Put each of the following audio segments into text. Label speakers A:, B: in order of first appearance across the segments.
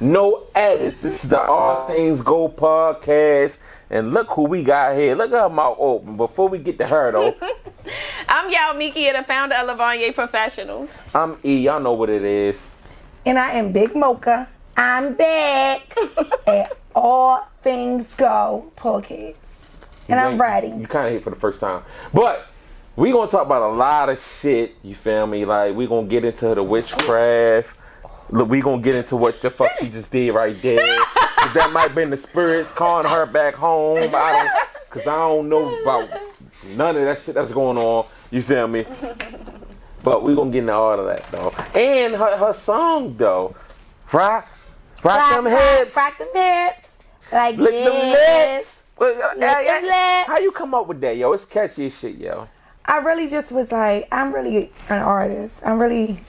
A: no edits. This is the All Things Go podcast, and look who we got here. Look at her mouth open. Before we get to her though,
B: I'm Yao Miki, the founder of Lavonier Professionals.
A: I'm E. Y'all know what it is.
C: And I am Big Mocha. I'm back at All Things Go podcast.
A: You
C: And I'm
A: ain't-
C: ready.
A: You kind of hit for the first time, but we gonna talk about a lot of shit. You feel me? Like we gonna get into the witchcraft. Look, we gonna get into what the fuck she just did right there. 'Cause that might been the spirits calling her back home. I don't, cause I don't know about none of that shit that's going on. You feel me? But we gonna get into all of that though. And her her song though, rock, rock, them hips,
C: Rock them hips. Like
A: Lick
C: this.
A: them lips. Well, uh, yeah, yeah.
C: them lips.
A: How you come up with that, yo? It's catchy as shit, yo.
C: I really just was like, I'm really an artist. I'm really,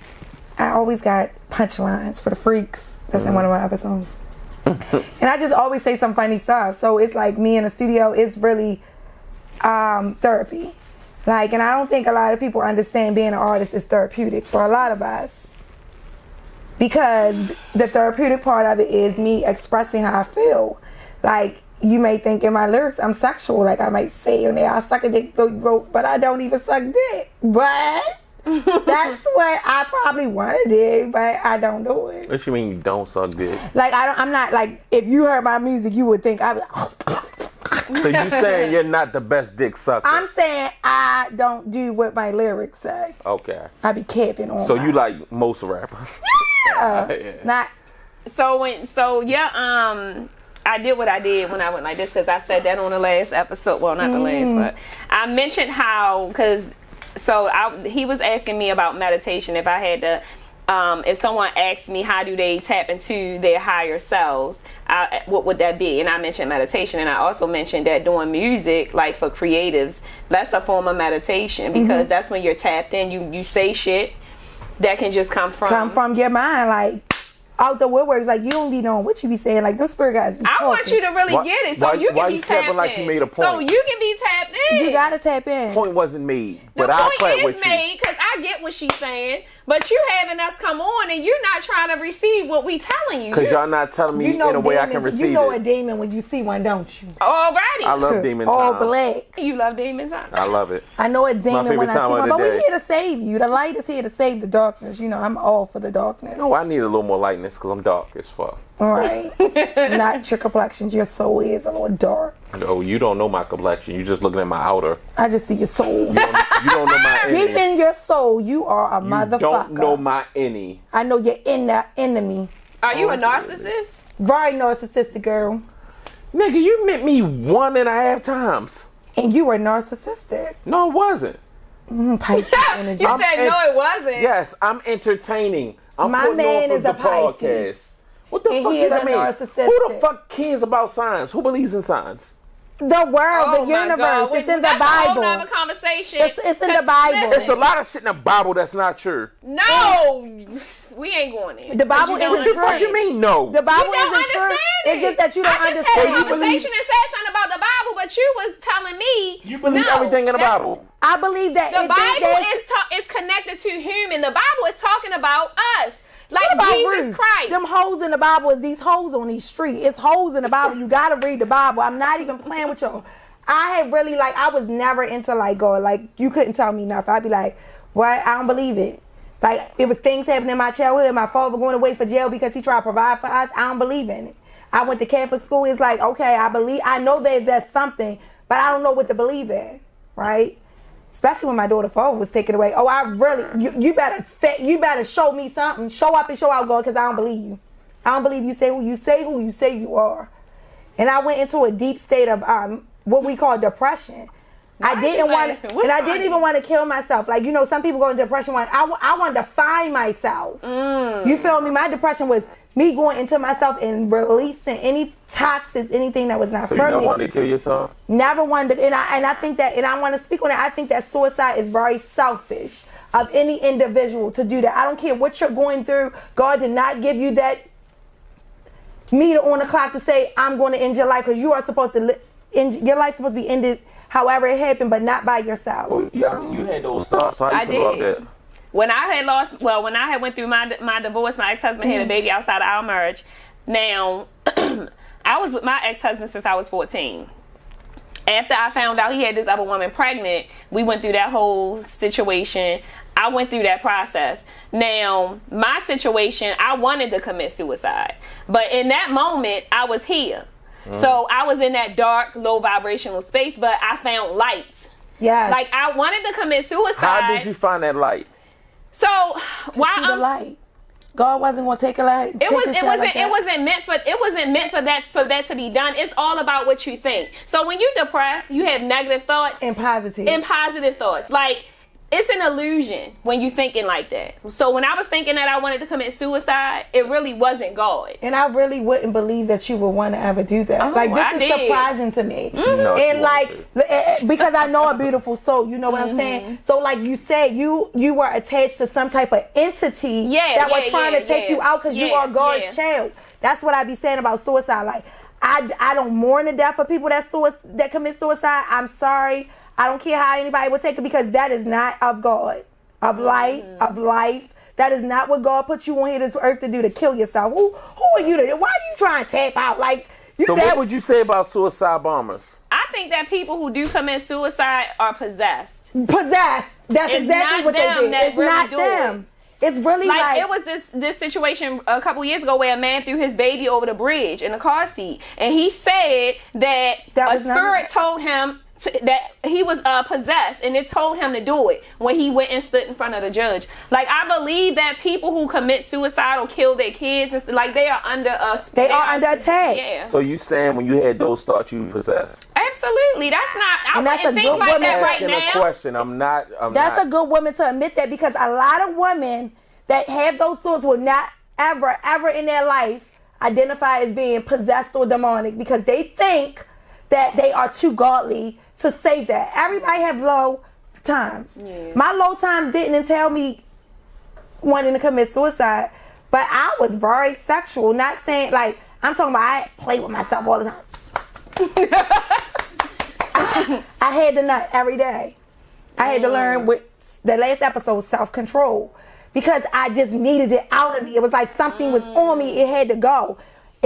C: I always got punchlines for the freaks. That's
A: Mm.
C: in one of my other songs. and I just always say some funny stuff. So it's like me in the studio, it's really um, therapy. Like, and I don't think a lot of people understand being an artist is therapeutic for a lot of us. Because the therapeutic part of it is me expressing how I feel. Like, you may think in my lyrics I'm sexual, like I might say in there, I suck a dick through your throat, but I don't even suck dick. But that's what I probably want to do, but I don't do it.
A: What you mean you don't suck dick?
C: Like I don't. I'm not like if you heard my music, you would think I was.
A: So you saying you're not the best dick sucker?
C: I'm saying I don't do what my lyrics say.
A: okay.
C: I be capping on.
A: So
C: my-
A: you like most rappers?
C: Yeah. not
B: So when so yeah, um I did what I did when I went like this because I said that on the last episode. Well, not the
C: Mm.
B: last, but I mentioned how because so I he was asking me about meditation if I had to. Um, if someone asked me how do they tap into their higher selves, I, what would that be? And I mentioned meditation, and I also mentioned that doing music, like for creatives, that's a form of meditation
C: Mm-hmm.
B: because that's when you're tapped in. You you say shit that can just come from
C: come from your mind, like out the woodworks. Like you don't be knowing what you be saying. Like those spirit guys be
B: I
C: talking.
B: want you to really
A: Why-
B: get it, so
A: why-
B: you can
A: why
B: be
A: you clapping
B: tapped in.
A: like you made a
B: So
A: point?
B: you can be tapped in.
C: You gotta tap in.
A: Point wasn't made,
B: the
A: but I
B: point
A: play
B: is
A: with you.
B: made because I get what she's saying, but you having us come on and you're not trying to receive what we telling you.
A: Cause y'all not telling me
C: You know
A: in a way I can
C: demons-
A: receive
C: You know a
A: it.
C: demon when you see one, don't you?
B: Alrighty.
A: I love demon time.
C: All black.
B: you love demons, huh?
A: I love it.
C: I know a demon
A: favorite
C: when I see
A: time of
C: one,
A: the
C: but we're
A: day.
C: here to save you. The light is here to save the darkness. You know, I'm all for the darkness.
A: No, Oh, I need a little more lightness because I'm dark as fuck.
C: All right. Not your complexion. Your soul is a little dark.
A: No, you don't know my complexion. You just looking at my outer.
C: I just see your soul.
A: You don't, you don't know my
C: Deep
A: any.
C: in your soul, you are a
A: You
C: motherfucker.
A: don't know my any.
C: I know you're in the enemy.
B: Are you a narcissist?
C: Very narcissistic girl.
A: Nigga, you met me one and a half times.
C: And you were narcissistic.
A: No, it wasn't.
C: Mm, Pisces
B: you
C: energy.
B: said no,
A: it's-
B: it wasn't.
A: Yes, I'm entertaining. I'm
C: My
A: putting
C: man
A: on for
C: is
A: the
C: a Pisces.
A: podcast. What the
C: And
A: fuck
C: he
A: does
C: is
A: that
C: a
A: mean?
C: narcissistic.
A: Who the fuck cares about signs? Who believes in signs?
C: the world,
B: Oh
C: the
B: my
C: universe.
B: God. Wait,
C: It's in
B: that's
C: the Bible.
B: A whole nother conversation.
C: It's- it's in the Bible.
B: Listen,
A: It's a lot of shit in the Bible that's not true.
B: no, we ain't going there.
C: The Bible
B: Because you don't
A: What you
C: is the truth.
B: understand.
A: fucking mean? No.
C: the Bible
B: You don't
C: isn't true.
B: understand it.
C: It's just that you
B: I
C: don't
B: just Had a
C: understand.
A: You believe-
B: conversation and said something about the Bible, but you was telling me
A: you believe
B: no,
A: everything in the
B: that's-
A: Bible.
C: I believe that
B: The
C: it- that-
B: Bible
C: that-
B: is ta- is connected to human. The Bible is talking about us, like
C: What about
B: Jesus
C: Ruth?
B: Christ.
C: Them hoes in the Bible is these hoes on these streets. It's hoes in the Bible. You gotta read the Bible. I'm not even playing with y'all. I had really like I was never into like God. Like you couldn't tell me nothing. I'd be like, what? I don't believe it. Like it was things happening in my childhood. My father going away for jail because he tried to provide for us. I don't believe in it. I went to Catholic school. It's like okay, I believe. I know there's there's something, but I don't know what to believe in. Right especially when my daughter phone was taken away. Oh, I really, you, you better, say, you better show me something. Show up and show out, God, because I don't believe you. I don't believe you say who you say who you say you are. And I went into a deep state of um, what we call depression. I
B: you
C: didn't want,
B: laughing? What's
C: and I didn't
B: funny?
C: even want to kill myself. Like you know, some people go into depression. When I, w- I wanted to find myself.
B: Mm.
C: You feel me? My depression was me going into myself and releasing any toxins, anything that was not
A: So you
C: permanent
A: don't want to kill yourself?
C: never wanted and I and I think that and I want to speak on it. I think that suicide is very selfish of any individual to do that. I don't care what you're going through. God did not give you that meter on the clock to say I'm going to end your life because you are supposed to li- end your life supposed to be ended however it happened, but not by yourself.
A: Yeah, I mean, you had those thoughts. So how you
B: I
A: feel
B: did.
A: about Mm-hmm.
B: when I had lost, well, when I had went through my my divorce, my ex husband had a baby outside of our marriage. Now, I was with my ex husband since I was 14. After I found out he had this other woman pregnant, we went through that whole situation. I went through that process. Now, my situation, I wanted to commit suicide. But in that moment, I was here.
A: Mm.
B: So I was in that dark, low vibrational space, but I found light.
C: Yes.
B: Like, I wanted to commit suicide.
A: How did you find that light?
B: So, why
C: see the
B: I'm
C: light. God wasn't gonna take a light.
B: it was it wasn't it wasn't meant for it wasn't meant for that for that to be done. It's all about what you think. So when you're depressed, you have negative thoughts
C: and positive.
B: and positive thoughts. Like it's an illusion when you're thinking like that. So when I was thinking that I wanted to commit suicide, it really wasn't God.
C: and I really wouldn't believe that you would want to ever do that. like this
B: Oh, I
C: is
B: did.
C: surprising to me,
A: No, she won't
C: and like
A: do.
C: eh, eh, because I know a beautiful soul. You know what
B: Mm-hmm.
C: I'm saying? So like you said, you you were attached to some type of entity
B: Yeah,
C: that
B: yeah,
C: were trying
B: yeah,
C: to take
B: yeah.
C: you out because you
B: Yeah,
C: are God's
B: yeah.
C: child. That's what I be saying about suicide. Like I, I don't mourn the death of people that suicide, that commit suicide. I'm sorry. I don't care how anybody would take it because that is not of God, of light,
B: Mm-hmm.
C: of life. That is not what God put you on here this earth to do to kill yourself. Who who are you to? Why are you trying to tap out? Like you
A: So
C: that
A: what would you say about suicide bombers?
B: I think that people who do commit suicide are possessed.
C: possessed. That's
B: It's
C: exactly
B: not
C: what
B: them
C: they did.
B: that
C: It's
B: really
C: not
B: do
C: them. It's really like,
B: like, it was this this situation a couple years ago where a man threw his baby over the bridge in a car seat, and he said that,
C: That
B: a
C: was not
B: spirit
C: right.
B: told him to, that he was uh, possessed, and it told him to do it when he went and stood in front of the judge. Like I believe that people who commit suicide or kill their kids, and, st- like they are under a sp-
C: They are under attack.
B: Yeah,
A: So you saying when you had those thoughts, you possessed?
B: absolutely. That's not. I
C: And that's
B: wouldn't
C: a
B: think
C: good
B: like
C: woman
B: that right
A: Asking a
B: now.
A: question. I'm not. I'm
C: That's
A: not-
C: a good woman to admit that because a lot of women that have those thoughts will not ever, ever in their life identify as being possessed or demonic because they think that they are too godly to say that. Everybody have low times. My low times didn't entail me wanting to commit suicide, but I was very sexual. Not saying like I'm talking about I play with myself all the time. I had the nut every day. I had to learn with the last episode self control because I just needed it out of me. It was like something was on me, it had to go.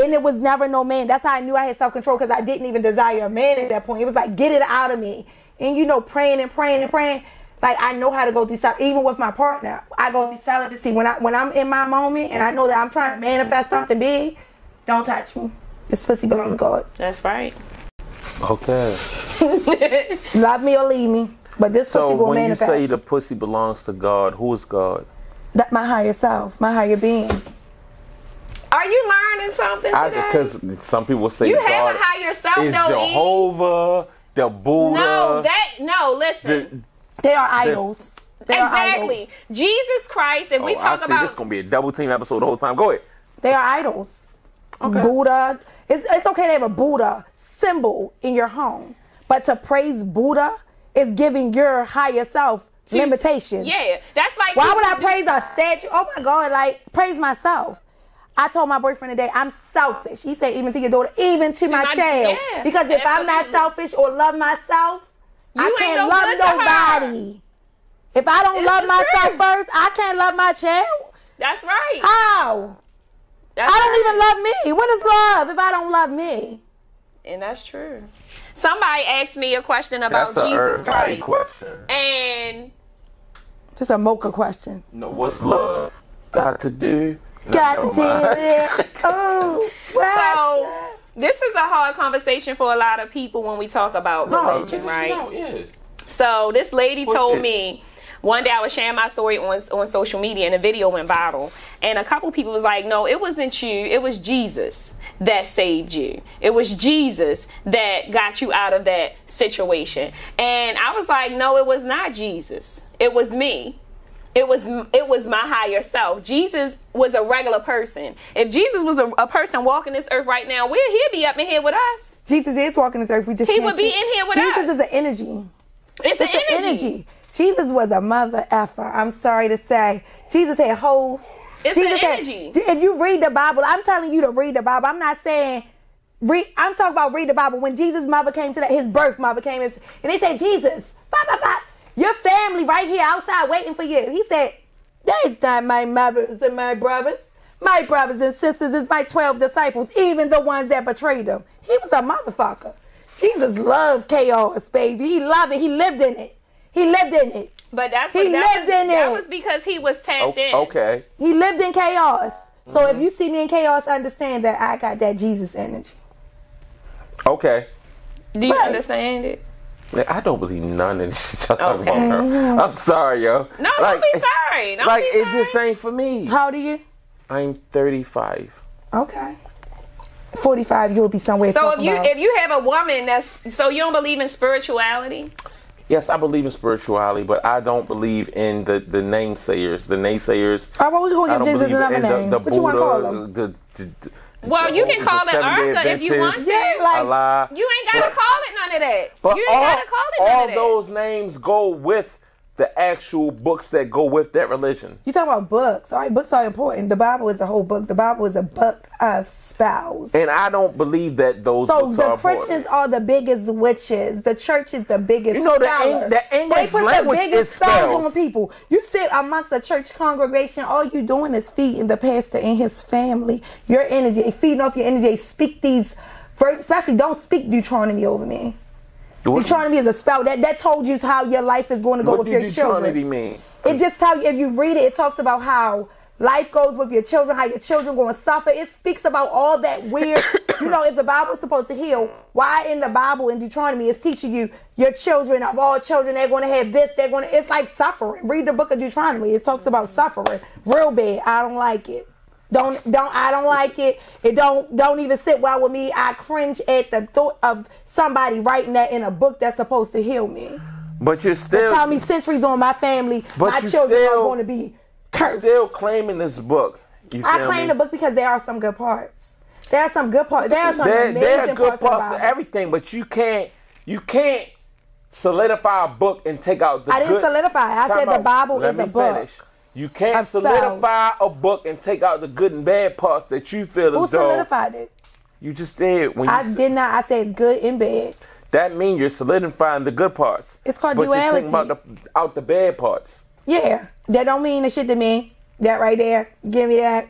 C: And it was never no man. That's how I knew I had self control because I didn't even desire a man at that point. It was like, get it out of me. And you know, praying and praying and praying. Like I know how to go through stuff. Even with my partner, I go through celibacy when I when I'm in my moment and I know that I'm trying to manifest something big. Don't touch me. This pussy belong to God.
B: That's right.
A: okay.
C: Love me or leave me, but this
A: So
C: pussy will
A: when
C: manifest.
A: you say the pussy belongs to God, who is God?
C: that my higher self, my higher being.
B: Are you learning something today?
A: Because some people say
B: you
A: God
B: have a higher self,
A: is
B: though. E.
A: Jehovah, the Buddha.
B: No, that no. Listen,
A: the-
C: They are idols. They Are
B: exactly.
C: idols.
B: Jesus Christ. If we
A: Oh, I
B: talk
A: see
B: about
A: this is gonna be a double team episode the whole time. Go ahead.
C: They are idols. Buddha. It's, it's okay to have a Buddha symbol in your home, but to praise Buddha is giving your higher self limitations.
B: yeah, that's like
C: Why would I praise a statue? Oh my God, like praise myself. I told my boyfriend today, I'm selfish. He said, even to your daughter, even to, my,
B: my-
C: child.
B: yeah,
C: because if I'm not
B: absolutely.
C: selfish or love myself, I
B: ain't
C: can't
B: no good to
C: love nobody. If I don't
B: It's
C: love
B: the
C: myself
B: truth.
C: first, I can't love my child.
B: That's right.
C: How?
B: That's
C: I
B: right.
C: don't even love me. What is love if I don't love me?
B: And that's true. Somebody asked me a question about
A: That's a
B: Jesus
A: everybody
B: Christ,
A: question.
B: and
C: Just a mocha question.
A: No, what's love got to do?
C: Got to
A: Never
C: do
A: mind.
C: it. Oh,
B: so
C: what?
B: this is a hard conversation for a lot of people when we talk about religion, right? So this lady told
A: it?
B: me one day I was sharing my story on on social media and the video went viral. And a couple people was like, "No, it wasn't you. It was Jesus that saved you. It was Jesus that got you out of that situation." And I was like, "No, it was not Jesus. It was me." It was it was my higher self. Jesus was a regular person. If Jesus was a, a person walking this earth right now, where he'd be up in here with us.
C: Jesus is walking this earth. We just
B: He
C: can't
B: would be
C: see-
B: in here with
C: Jesus
B: us.
C: is an energy.
B: It's,
C: It's
B: the
C: an energy. Jesus was a mother effer. I'm sorry to say. Jesus had hoes.
B: It's
C: Jesus
B: an
C: had-
B: energy.
C: if you read the Bible, I'm telling you to read the Bible. I'm not saying read. I'm talking about read the Bible. When Jesus' mother came to that, his birth mother came and and they said, Jesus, bop, bop, bop, your family right here outside waiting for you. He said, That is not my mothers and my brothers. My brothers and sisters is my 12 disciples, even the ones that betrayed him. He was a motherfucker. Jesus loved chaos, baby. He loved it. He lived in it. He lived in it.
B: But that's
C: He
B: what, that
C: lived
B: was,
C: in
B: that
C: it.
B: was because he was tapped in.
A: O- okay.
C: He lived in chaos. So
A: Mm-hmm.
C: if you see me in chaos, understand that I got that Jesus energy.
A: Okay.
B: Do you
C: Right.
B: understand it?
A: Man, I don't believe none of this shit y'all talking
B: Okay.
A: about, girl. I'm sorry, yo.
B: No,
A: Like,
B: don't be sorry. Don't
A: Like
B: be
A: it
B: sorry.
A: just ain't for me.
C: How do you?
A: I'm 35.
C: Okay. 45, you'll be somewhere.
B: So if
C: talking
B: you
C: about-
B: if you have a woman that's so you don't believe in spirituality,
A: Yes, I believe in spirituality, but I don't believe in the the namesayers, the naysayers.
C: All right, well, we're going
A: I
C: to
A: don't
C: give Oh, Jesus
A: believe
C: another
A: in the,
C: name.
A: the
C: what you want to call him?
A: Buddha, the- the- the-
B: well, you can
A: the
B: call it
A: Seventh-day
B: Urca if you want
A: Adventists,
B: to.
C: Yeah, like,
A: Allah.
B: You ain't gotta
A: But-
B: call it none of that.
A: But
B: you ain't
A: all,
B: gotta call it
A: all
B: none of
A: those names go with the actual books that go with that religion.
C: you talking about books. All right, books are important. The Bible is a whole book. The Bible is a book of spells.
A: And I don't believe that those
C: So
A: books
C: the
A: are
C: Christians
A: important.
C: are the biggest witches. The church is the biggest.
A: You know, the Eng-
C: scholars.
A: the English
C: they put
A: language
C: the biggest
A: is
C: spells
A: spells.
C: on people. You sit amongst a church congregation, all you doing is feeding the pastor and his family. Your energy, feeding off your energy. Speak these, ver- especially don't speak Deuteronomy over me.
A: What-
C: Deuteronomy is a spell that that told you how your life is going to go
A: What
C: with
A: do
C: your
A: Deuteronomy
C: children.
A: mean?
C: It just tells you if you read it, it talks about how life goes with your children, how your children going to suffer. It speaks about all that weird. you know, if the Bible is supposed to heal, why in the Bible in Deuteronomy is teaching you your children of all children they're going to have this, they're going to. It's like suffering. Read the book of Deuteronomy. It talks about suffering real bad. I don't like it. Don't don't I don't like it. It don't don't even sit well with me. I cringe at the thought of somebody writing that in a book that's supposed to heal me.
A: But you're still
C: Tell me centuries on my family.
A: But
C: my
A: you
C: children
A: still-
C: are going to be cursed.
A: still claiming this book. You
C: I
A: feel
C: claim
A: me?
C: the book because there are some good parts. There are some good parts. There are some
A: There,
C: amazing
A: there are good
C: parts. of the
A: parts to
C: Bible.
A: everything, but you can't you can't solidify a book and take out the.
C: I didn't
A: good-
C: solidify. I
A: Time
C: said the
A: out.
C: Bible
A: Let
C: is a
A: me
C: book
A: finish. You can't
C: of spells.
A: solidify a book and take out the good and bad parts that you feel
C: Who
A: as though
C: solidified it?
A: you just did when you.
C: I
A: s-
C: did not. I said it's good and bad.
A: That mean you're solidifying the good parts.
C: It's called
A: but You're thinking
C: duality.
A: about the, out the bad parts.
C: Yeah, that don't mean the shit to me. That right there. Give me that.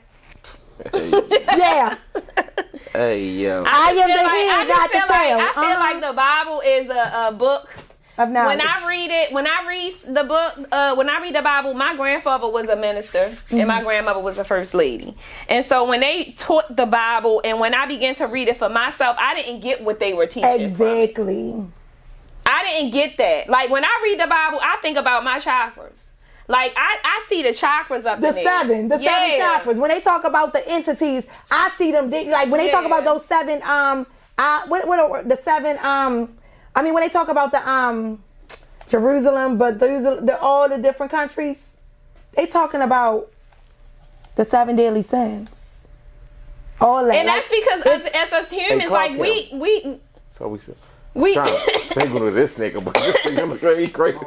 C: yeah,
A: Hey yo.
C: I am the
B: that. Like, I just
C: head, not the
B: feel like
C: tail.
B: I feel
C: Uh-huh.
B: like the Bible is a, a book.
C: of knowledge.
B: When I read it, when I read the book, uh, when I read the Bible, my grandfather was a minister
C: Mm-hmm.
B: and my grandmother was a first lady. And so when they taught the Bible and when I began to read it for myself, I didn't get what they were teaching. from it.
C: exactly.
B: I didn't get that. Like when I read the Bible, I think about my chakras. Like I, I see the chakras up
C: The
B: in there.
C: seven, the
B: Yeah.
C: seven chakras. When they talk about the entities, I see them. They, like when they talk
B: Yeah.
C: about those seven, um, I what, what are, the seven, um, I mean when they talk about the um, Jerusalem, but those are the, all the different countries, they talking about the seven deadly sins. All that.
B: And
C: like,
B: that's because as, as us humans,
A: clock
B: like we
A: him.
B: we
A: So we said.
B: we
A: Trying to single to this nigga, but this nigga look at me crazy.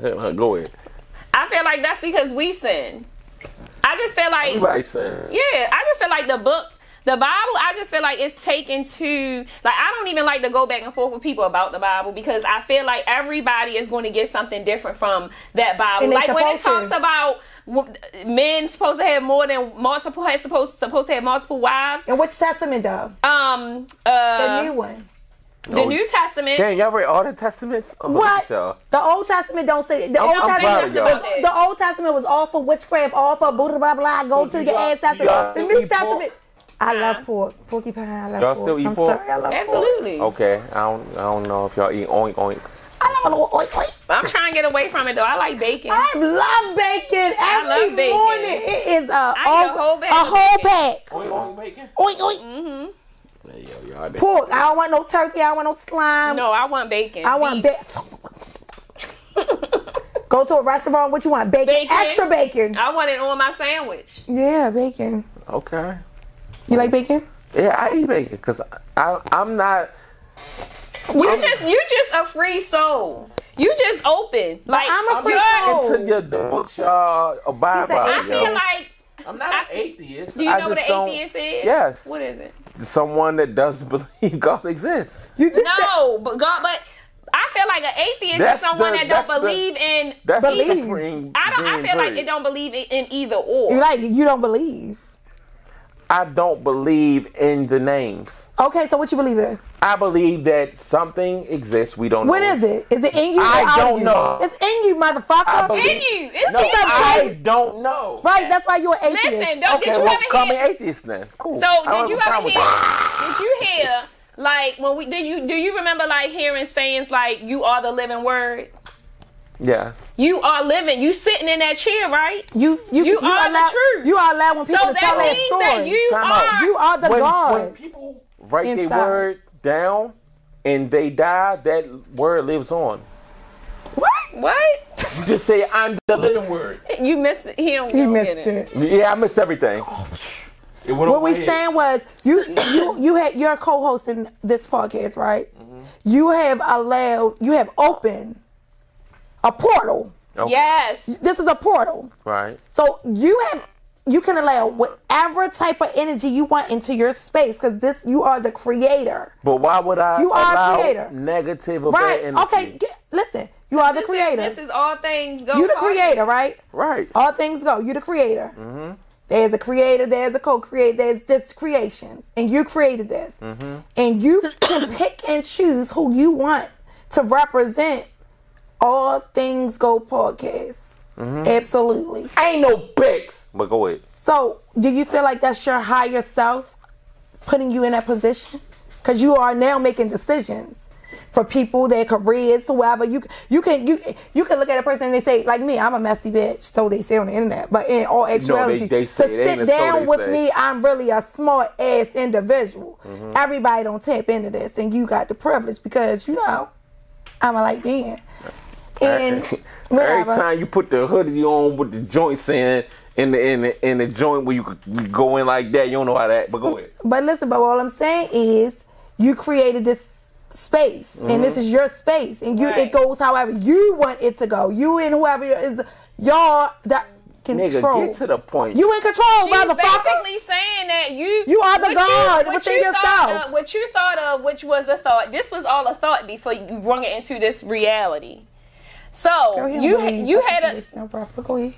A: Go ahead.
B: I feel like that's because we sin. I just feel like
A: Everybody says.
B: yeah, I just feel like the book, the Bible, I just feel like it's taken to like I don't even like to go back and forth with people about the Bible because I feel like everybody is going to get something different from that Bible.
C: And they
B: like when it talks
C: supposed to.
B: about w- men supposed to have more than multiple has supposed supposed to have multiple wives.
C: and which testament though?
B: Um,
C: The
B: uh,
C: new one.
B: the New Testament.
A: Dang, y'all read all the testaments? Oh, look
C: What?
A: at Y'all.
C: The Old Testament don't say the Old
B: don't say
C: Testament.
A: nothing about
C: The,
B: that.
C: the Old Testament was all for witchcraft, all for blah blah blah. Go
A: So
C: to
A: do
C: your
A: y'all- do y'all
C: ancestors. The
A: still
C: New
A: eat pork?
C: Testament. I
B: Nah.
C: love pork, porky pie. I love
A: Y'all
C: pork.
A: still eat
C: I'm
A: pork?
C: sorry, I love pork.
B: Absolutely.
A: Okay, I don't, I don't know if y'all eat oink oink.
C: I love a little oink oink.
B: I'm trying to get away from it though. I like bacon.
C: I love bacon every
B: love bacon.
C: morning. It is a,
B: I eat a whole bag of
C: whole
B: bacon. Mm-hmm.
C: pack.
A: Oink oink bacon?
C: Oink oink.
A: Hey, yo, y'all did.
C: Pork. I don't want no turkey. I don't want no slime.
B: no, I want bacon.
C: I want
B: Beef.
C: bacon. Go to a restaurant. What you want? Bacon.
B: Bacon.
C: Extra bacon.
B: I want it on my sandwich.
C: Yeah, bacon.
A: Okay.
C: You like bacon?
A: Yeah, I eat bacon because I, I'm not.
B: You just you just a free soul. You just open. Like
C: I'm a free
B: you're-
C: soul.
A: Into your, the books y'all abide
C: He said,
A: by.
B: Oh. I
A: yo.
B: feel like
A: I'm not
B: I-
A: atheist.
B: do you
A: I
B: know what
A: just
B: an
A: don't-
B: atheist is?
A: Yes.
B: What is it?
A: Someone that doesn't believe God exists.
C: You just said-
B: No, but God but I feel like an atheist
A: That's
B: is someone
A: the-
B: that
A: that's
B: don't
A: the-
B: believe in
A: That's
C: Believe.
A: the supreme.
B: I don't I
A: dream
B: feel like
A: period.
B: it don't believe in in either or.
C: You like you don't believe.
A: I don't believe in the names.
C: Okay, so what you believe in?
A: I believe that something exists. We don't
C: What
A: know.
C: is it? Is it in you? or
A: I
C: out of
A: don't
C: you?
A: know.
C: It's in you, motherfucker.
A: I believe-
B: In you. It's
A: No,
B: in you.
A: I don't know.
C: right, that's why you're an atheist.
B: Listen, don't,
A: Okay,
B: did you
A: well,
B: ever
A: call me
B: hear?
A: atheist then. Cool.
B: So
A: I don't
B: did you
A: have a problem
B: ever
A: with
B: hear?
A: that.
B: Did you hear? Like when we did you do you remember like hearing sayings like you are the living word?
A: Yeah.
B: You are living. You sitting in that chair, right?
C: you, you,
B: You are the
C: allow-
B: truth.
C: You are allowing people
B: So
C: to tell
B: that
C: their
B: means
C: story.
B: that you
A: Time out.
B: are.
C: You are the
A: when,
C: God.
A: when people write their
C: Inside.
A: word down and they die, that word lives on.
C: what?
B: what?
A: You just say, I'm the living word.
B: You missed him.
C: He missed it.
A: Yeah, I missed everything. It went
C: What we saying was you you you had you're co-hosting this podcast, right?
A: Mm-hmm.
C: You have allowed you have opened a portal.
B: Yes.
C: This is a portal.
A: Right.
C: So you have you can allow whatever type of energy you want into your space because this you are the creator.
A: But why would I
C: You are a
A: allow
C: creator.
A: negative or
C: Right?
A: bad energy?
C: Okay, get, listen. You are the
B: This is-
C: creator.
B: This is all things go.
C: you the
B: positive.
C: creator, right?
A: Right.
C: All things go. You the creator.
A: Mm-hmm.
C: There's a creator. There's a co-creator. There's this creation, and you created this,
A: Mm-hmm.
C: and you can pick and choose who you want to represent. All things go podcast.
A: Mm-hmm.
C: Absolutely.
A: ain't no pics. But go ahead.
C: So, do you feel like that's your higher self putting you in that position? Because you are now making decisions for people, their careers, whoever. You you can you you can look at a person and they say like me, I'm a messy bitch. So they say on the internet. But in all actuality,
A: they
C: to
A: say it ain't
C: sit
A: as though
C: down
A: they
C: with
A: say. Mm-hmm.
C: me, I'm really a smart ass individual. Everybody don't tap into this, and you got the privilege because you know I'm a light being. And
A: Every
C: whatever.
A: time you put the hoodie on with the joints in, in the in the, in the joint where you could you go in like that, you don't know how that. But go ahead.
C: But listen, but all I'm saying is you created this space and
A: Mm-hmm.
C: this is your space and you
B: Right.
C: it goes however you want it to go. You and whoever is y'all that
A: Nigga,
C: control.
A: get to the point.
C: you in control,
B: She's
C: motherfucker.
B: basically saying that you
C: You are the
B: what
C: God
B: what
C: within
B: thought
C: yourself.
B: Of, what you thought of, which was a thought. This was all a thought before you brung it into this reality. So
C: Girl, he don't
B: you
C: believe
B: you
C: fucking
B: had a.
C: this, no problem. Go ahead.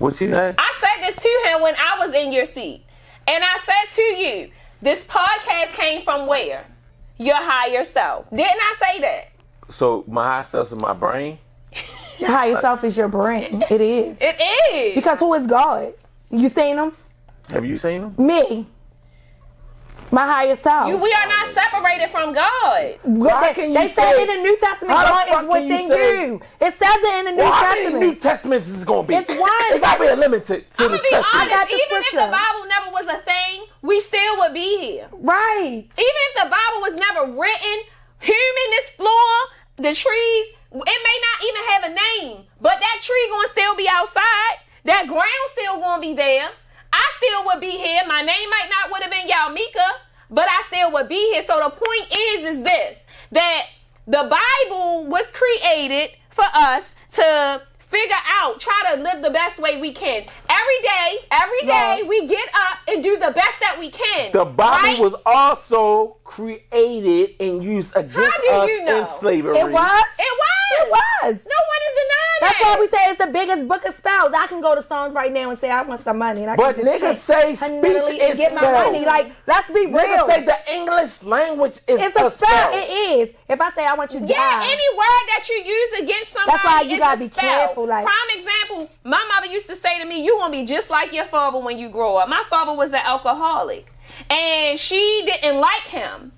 A: what you saying?
B: I said this to him when I was in your seat, and I said to you, this podcast came from where your higher self. Didn't I say that?
A: So my high self's in my brain.
C: Your higher self is your brain. It is.
B: It is.
C: Because who is God? You seen him?
A: Have you seen him?
C: Me. My higher self.
B: You- we are not separated from God.
C: God,
A: How
C: they
A: can you
C: they say
A: say-
C: in the New Testament,
A: How the
C: God
A: fuck
C: is
A: can you
C: within you,
A: say-
C: It says it in the New
A: Well, how many
C: Testament.
A: New Testaments is it gonna be?
C: It's one.
A: It gotta be limited to
B: I'm
A: the
B: gonna be
A: Testament.
B: honest.
C: got the
B: Even if the
C: scripture.
B: Bible never was a thing, we still would be here.
C: right.
B: Even if the Bible was never written, human, this flora, the trees, it may not even have a name, but that tree gonna still be outside. That ground still gonna be there. I still would be here. My name might not would have been Yalmika, but I still would be here. So the point is, is this that the Bible was created for us to figure out, try to live the best way we can. Every day, every day,
C: Yeah.
B: we get up and do the best that we can.
A: The Bible
B: right?
A: was also created and used against
B: do
A: us
B: you know?
A: in slavery.
C: It was.
B: It was.
C: It was.
B: No one is denying
C: That's
B: that.
C: why we say it's the biggest book of spells. I can go to Psalms right now and say I want some money, and I
A: But
C: can just
A: niggas
C: check
A: say
C: unwillingly
A: speech
C: and
A: is
C: get my
A: spells.
C: money. Like let's be real.
A: Niggas say the English language is
C: it's a spell.
A: spell.
C: It is. If I say I want you to
B: Yeah,
C: die,
B: any word that you use against somebody
C: That's why you
B: is
C: gotta
B: a
C: be
B: spell.
C: careful, like-
B: Prime example, my mother used to say to me, "You gonna be just like your father when you grow up." My father was an alcoholic, and she didn't like him,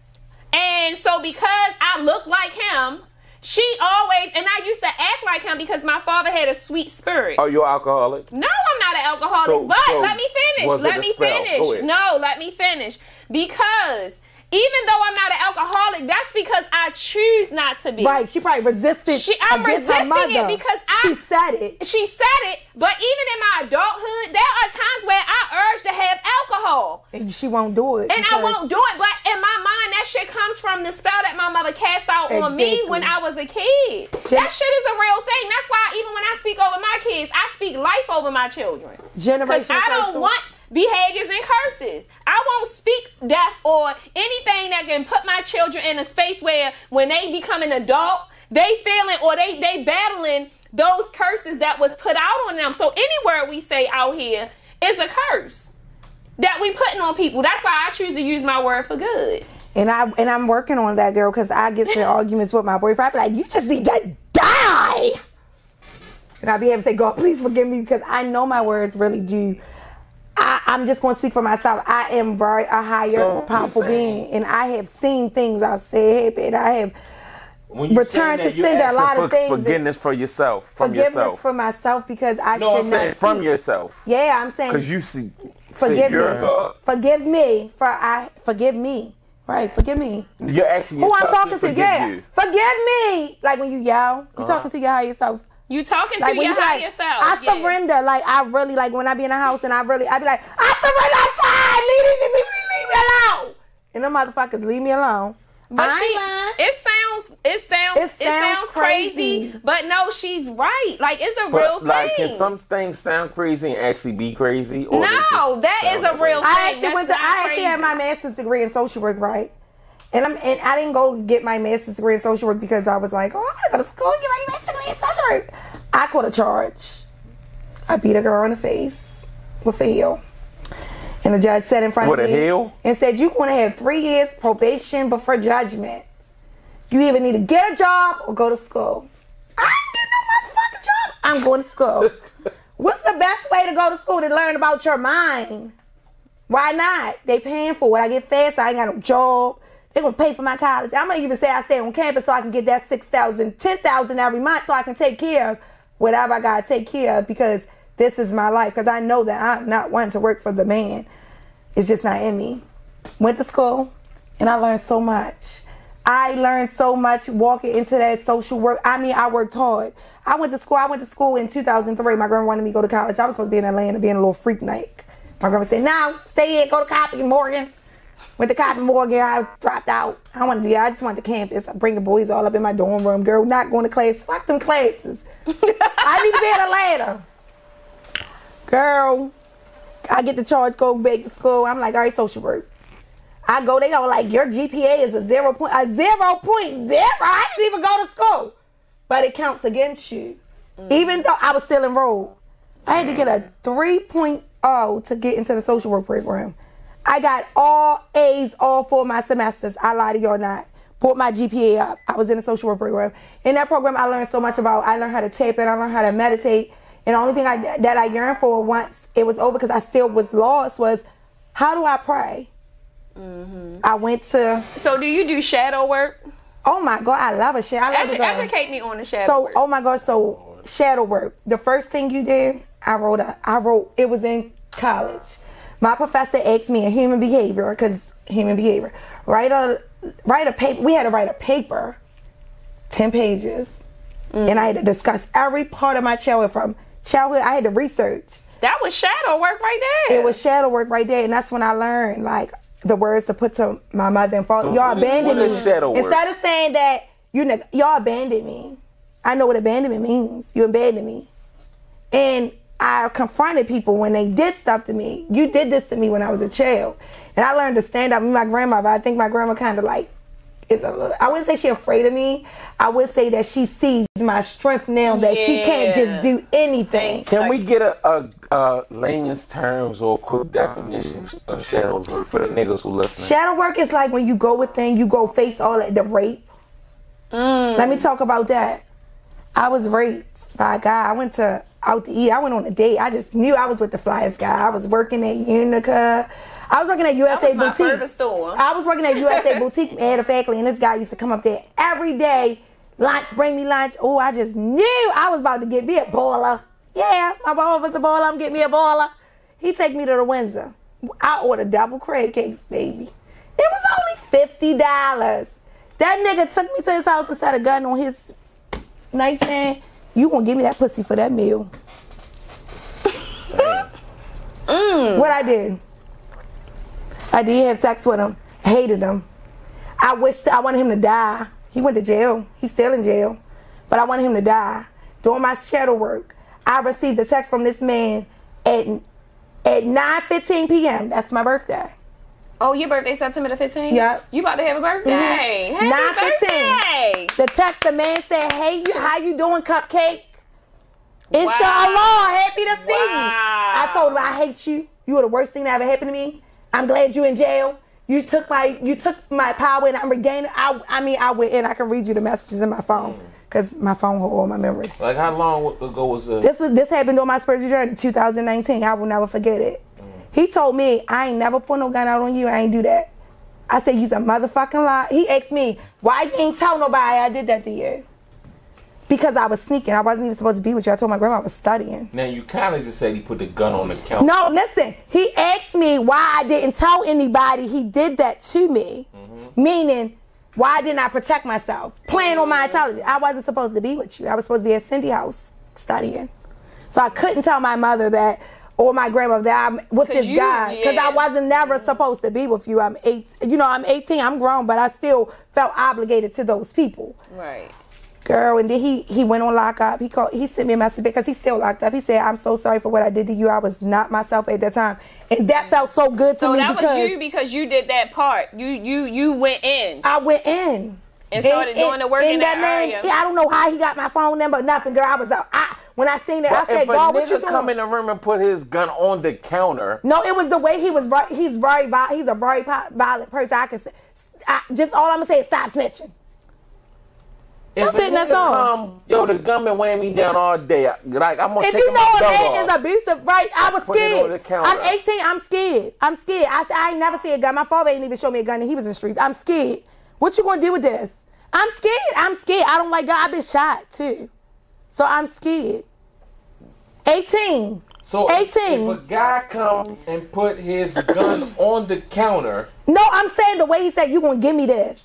B: and so because I looked like him, she always and I used to act like him because my father had a sweet spirit.
A: Are you an alcoholic?
B: No, I'm not an alcoholic.
A: So-
B: but
A: so
B: let me
A: was
B: finish.
A: it
B: Let
A: a
B: me
A: spell? Go
B: finish.
A: ahead.
B: No, let me finish. Because even though I'm not an alcoholic, that's because I choose not to be.
C: right? She probably resisted.
B: She- I'm
C: against her
B: resisting it
C: mother.
B: because I-
C: she said it.
B: She said it, but even in my adulthood, there are times where I urge to have alcohol.
C: And she won't do it.
B: And I
C: because-
B: won't do it, but in my mind, that shit comes from the spell that my mother cast out on me
C: Exactly.
B: when I was a kid. That shit is a real thing. That's why even when I speak over my kids, I speak life over my children.
C: Generational
B: Because I
C: curses.
B: don't want behaviors and curses. I won't speak death or anything that can put my children in a space where when they become an adult, they feeling or they they battling those curses that was put out on them. So any word we say out here is a curse. that we putting on people. That's why I choose to use my word for good.
C: And I and I'm working on that girl because I get to arguments with my boyfriend. I be like, you just need to die. And I be able to say, God, please forgive me because I know my words really do. I, I'm just going to speak for myself. I am very a higher,
A: So, you
C: powerful
A: saying-
C: being, and I have seen things I've said, and I have
A: When you saying
C: Return to
A: that, you
C: sin, there are a
A: asking
C: lot of
A: for
C: things that-
A: Forgiveness for yourself. From
C: forgiveness
A: yourself.
C: for myself because I
A: no,
C: should
A: I'm
C: not.
A: saying from
C: speak.
A: yourself.
C: Yeah, I'm saying
A: Because you see,
C: Forgive
A: see you're
C: me.
A: God.
C: forgive me for I forgive me. Right, forgive me.
A: You're asking
C: Who
A: yourself
C: I'm talking to,
A: forgive
C: yeah.
A: you. Uh-huh.
C: Forgive me. Like when you yell, you talking to your higher self.
B: You talking
C: Like
B: to
C: when
B: your
C: you be
B: higher
C: like,
B: self.
C: I
B: yeah.
C: surrender. Like I really like when I be in the house and I really I be like, I surrender. I'm tired. Leave me, leave me, leave me alone. And them motherfuckers leave me alone.
B: But
C: I
B: she,
C: ain't lying.
B: it sounds, it sounds, it sounds, crazy, But no, she's right. Like it's a real
A: But like,
B: thing.
A: can some things sound crazy and actually be crazy? Or they
B: no,
A: just
B: that is
A: sound
B: a
A: way?
B: real thing.
C: I actually
B: That's
C: went to.
B: not
C: I actually
B: crazy.
C: had my master's degree in social work, right? And I'm and I didn't go get my master's degree in social work because I was like, oh, I'm gonna go to school and get my master's degree in social work. I caught a charge. I beat a girl in the face with a heel. And the judge said in front
A: With
C: of
A: a
C: me
A: heel?
C: and said, "You're going to have three years probation before judgment. You either need to get a job or go to school." I ain't getting no motherfucking job. I'm going to school. What's the best way to go to school to learn about your mind? Why not? They paying for it. I get fast. I ain't got no job. They gonna pay for my college. I'm gonna even say I stay on campus so I can get that six thousand, ten thousand every month so I can take care of whatever I gotta take care of because this is my life. Because I know that I'm not one to work for the man. It's just not in me. Went to school and I learned so much. I learned so much walking into that social work. I mean, I worked hard. I went to school. I went to school in 2003. My grandma wanted me to go to college. I was supposed to be in Atlanta being a little freak night. My grandma said, no, stay here, go to Coppin Morgan. Went to Coppin Morgan. I dropped out. I don't want to be there. I just wanted the campus. I bring the boys all up in my dorm room. Girl, not going to class. Fuck them classes. I need to be in Atlanta. Girl, I get the charge, go back to school. I'm like, all right, social work. I go, they all like, your GPA is a zero point, a zero point zero. I didn't even go to school, but it counts against you. Even though I was still enrolled, I had to get a 3.0 to get into the social work program. I got all A's all four of my semesters. I lie to y'all not. Brought my GPA up. I was in the social work program. In that program, I learned so much about. I learned how to tape and I learned how to meditate. And the only thing I, that I yearned for once it was over, because I still was lost, was how do I pray? I went to.
B: So do you do shadow work?
C: Oh my god, I love a shadow. I love
B: Edu-
C: a girl.
B: educate me on the shadow
C: So,
B: work.
C: oh my god, so shadow work. The first thing you did, I wrote a. I wrote. It was in college. My professor asked me in human behavior because human behavior. Write a write a paper. We had to write a paper, ten pages, and I had to discuss every part of my childhood from childhood. I had to research
B: that was shadow work right there.
C: it was shadow work right there, and that's when I learned like the words to put to my mother and father. y'all abandoned
A: what
C: me.
A: is shadow work?
C: Instead of saying that you neg- y'all abandoned me, I know what abandonment means. You abandoned me, and I confronted people when they did stuff to me. You did this to me when I was a child, and I learned to stand up. Me, and my grandmother. I think my grandma kind of like. Is a little, I wouldn't say she afraid of me. I would say that she sees my strength now that she can't
B: Yeah.
C: just do anything.
A: Can we get a, a, a layman's terms or quick definition of shadow work for the niggas who listen?
C: Shadow work is like when you go with thing, you go face all at the rape. Let me talk about that. I was raped by a guy. I went to out to eat. I went on a date. I just knew I was with the flyest guy. I was working at Unica. I was working at USA
B: was my
C: Boutique.
B: favorite store.
C: I was working at USA Boutique at a faculty, and this guy used to come up there every day. Lunch, bring me lunch. Oh, I just knew I was about to get me a baller. Yeah, my ball was a baller. I'm getting me a baller. He take me to the Windsor. I ordered double crab cakes, baby. It was only fifty dollars. That nigga took me to his house and set a gun on his nightstand. You gonna give me that pussy for that meal? What I did? I did have sex with him. Hated him. I wished I wanted him to die. He went to jail. He's still in jail. But I wanted him to die. Doing my shadow work, I received a text from this man at at 9:15 p.m. That's my birthday.
B: oh, your birthday September the fifteenth.
C: Yep.
B: You about to have a birthday?
C: Mhm.
B: Happy
C: 9:15.
B: birthday!
C: The text the man said, "Hey, you, how you doing, cupcake? Inshallah,
B: Wow.
C: happy to see you."
B: Wow.
C: I told him I hate you. You are the worst thing that ever happened to me. I'm glad you in jail. You took my you took my power and I'm regaining. I I mean I went and I can read you the messages in my phone because my phone hold all my memories.
A: Like how long ago was the?
C: This was this happened on my spiritual journey, 2019. I will never forget it. He told me, I ain't never put no gun out on you. I ain't do that. I said, you's a motherfucking lie. He asked me, why you ain't tell nobody I did that to you? Because I was sneaking. I wasn't even supposed to be with you. I told my grandma I was studying.
A: Now you kind of just said he put the gun on the counter.
C: No, listen. He asked me why I didn't tell anybody he did that to me. Meaning, why didn't I protect myself? Playing on my intelligence. I wasn't supposed to be with you. I was supposed to be at Cindy House studying. So I couldn't tell my mother that or my grandmother that I'm with this
B: you-
C: guy. Because
B: yeah.
C: I wasn't never supposed to be with you. I'm eight you know, I'm eighteen, I'm grown, but I still felt obligated to those people
B: Right.
C: girl and then he he went on lockup he called he sent me a message because he's still locked up he said i'm so sorry for what i did to you i was not myself at that time and that felt so good to
B: Mm. So
C: me
B: that
C: because
B: was you because you did that part. You you you went in.
C: i went in
B: And started doing the work in that area.
C: man, yeah, i don't know how he got my phone number nothing girl i was out I, when i seen that i
A: if
C: said
A: a
C: god what you
A: nigga
C: doing
A: come in the room and put his gun on the counter,
C: No, it was the way he was. vi- He's very violent. He's a very po- violent person. I can say, I, just all I'm gonna say is stop snitching.
A: if a
C: That's it, that's
A: nigga
C: all.
A: come, yo, the gun been weighing me down all day. Like I'm gonna
C: If
A: take
C: you know
A: my
C: a
A: dog
C: man is
A: off.
C: abusive, right? I was
A: Put it on the
C: scared.
A: counter.
C: I'm 18. I'm scared. I'm scared. I, I ain't never see a gun. My father ain't even show me a gun, and he was in the streets. I'm scared. What you gonna do with this? I'm scared. I'm scared. I don't like God. I've been shot too, so I'm scared. 18.
A: so
C: 18.
A: If a guy come and put his gun on the counter,
C: No, I'm saying the way he said, "You gonna give me this?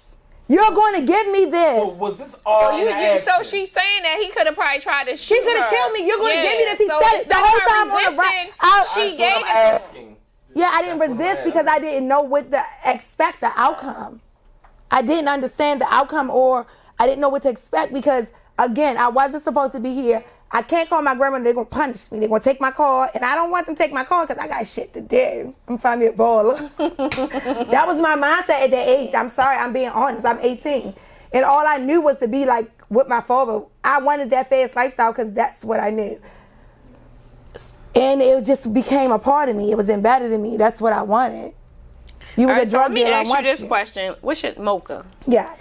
C: You're going to give me this."
A: so was this all?
B: Oh, You,
A: in the
B: you, so
A: action?
B: she's saying that he could have probably tried to shoot.
C: coulda
B: her.
C: killed me. You're gonna give me this. He
B: so
C: said it
B: it's
C: the
B: not
C: whole
B: her
C: time on the right-
B: resisting.
C: I-
B: She
A: That's what
B: gave
A: I'm
B: it. to-
A: asking.
C: Yeah, I
A: That's
C: didn't
A: what I'm
C: resist because I
A: asking.
C: didn't know what to expect the outcome. I didn't understand the outcome or I didn't know what to expect because again, I wasn't supposed to be here. I can't call my grandmother. They're gonna punish me. They're gonna take my car, and I don't want them to take my car because I got shit to do. I'm find me a baller. that was my mindset at that age. I'm sorry, I'm being honest. I'm 18, and all I knew was to be like with my father. I wanted that fast lifestyle because that's what I knew and it just became a part of me. It was embedded in me. That's what I wanted. You were
B: All
C: the
B: right, so
C: drug
B: let me
C: dealer. I
B: ask you
C: want
B: this
C: you.
B: question: What's your mocha?
C: Yes.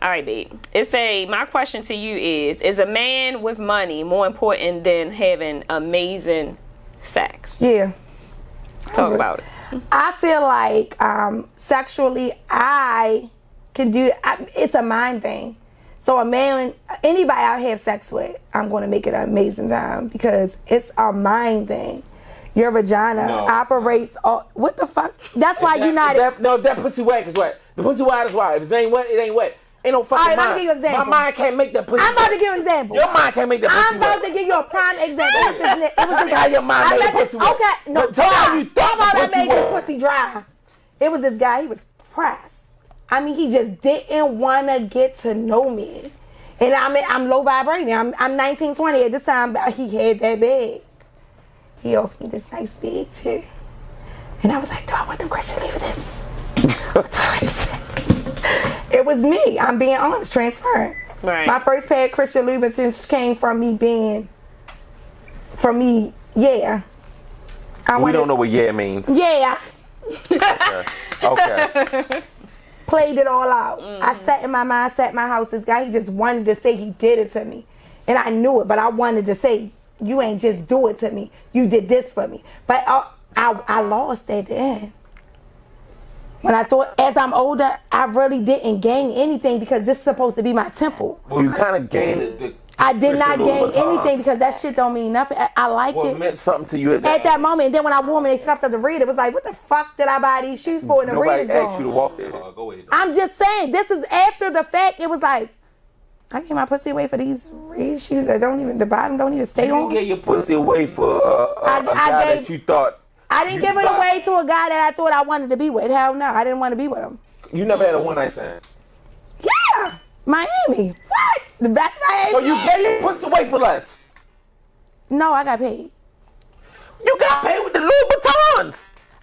B: All right, babe. It's a my question to you is: Is a man with money more important than having amazing sex?
C: Yeah.
B: Talk about it.
C: I feel like um, sexually, I can do. I, it's a mind thing. So a man, anybody I have sex with, I'm going to make it an amazing time because it's a mind thing. Your vagina
A: No.
C: operates. All, what the fuck? That's why
A: That-
C: you're not.
A: That, no, that pussy wet is wet. The pussy wet is wet. If it ain't wet, it ain't wet. Ain't no fucking
C: All right, I'll
A: mind.
C: give you an example.
A: My mind can't make that pussy.
C: I'm about to
A: wet.
C: give you an example.
A: Your mind can't make that pussy
C: I'm about
A: wet.
C: to give you a prime example. It was this, ni- it was
A: Tell me
C: this,
A: how your mind
C: I
A: made
C: let
A: the
C: this-
A: pussy wet.
C: Okay, no,
A: But tell me how you thought
C: Come on,
A: the
C: that
A: pussy
C: made your
A: wet.
C: pussy dry. It was this guy. He was pressed. I mean, he just didn't want to get to know me, and I'm I'm low vibrating. I'm I'm 19, 20 at this time. But he had that bag. He offered me this nice bag too, and I was like, Do I want them Christian leave with this? it was me. I'm being honest, transparent.
B: Right.
C: My first pair of Christian Louboutins came from me being, from me, yeah. I
A: We
C: wanted-
A: don't know what yeah means.
C: Yeah,
A: Okay.
C: I played it all out.
A: Mm.
C: I sat in my mind, sat in my house. This guy, he just wanted to say he did it to me, and I knew it, but I wanted to say you ain't just do it to me. You did this for me, but I, I, I lost at the end. When I thought, as I'm older, I really didn't gain anything because this is supposed to be my temple.
A: Well, you kind of gained it. The,
C: I did not gain
A: Christian Louboutin.
C: anything because that shit don't mean nothing. I, I like
A: Well,
C: it.
A: it meant something to you at,
C: at that moment, and then when I wore them and they scuffed up the reed, it was like, what the fuck did I buy these shoes for? And the reed is
A: Nobody asked
C: gone.
A: you to walk there.
C: I'm just saying, this is after the fact. It was like, I gave my pussy away for these reed shoes that don't even the bottom don't even stay
A: You
C: on.
A: gave your pussy away for uh,
C: I-
A: a guy
C: I gave-
A: that you thought.
C: I didn't
A: you
C: give it
A: bought.
C: away to a guy that I thought I wanted to be with. Hell no, I didn't want to be with him.
A: You never had a one night stand.
C: Yeah, Miami. What? The best I
A: So you gave your pussy away for less.
C: No, I got paid.
A: You got paid with the Louis Vuittons.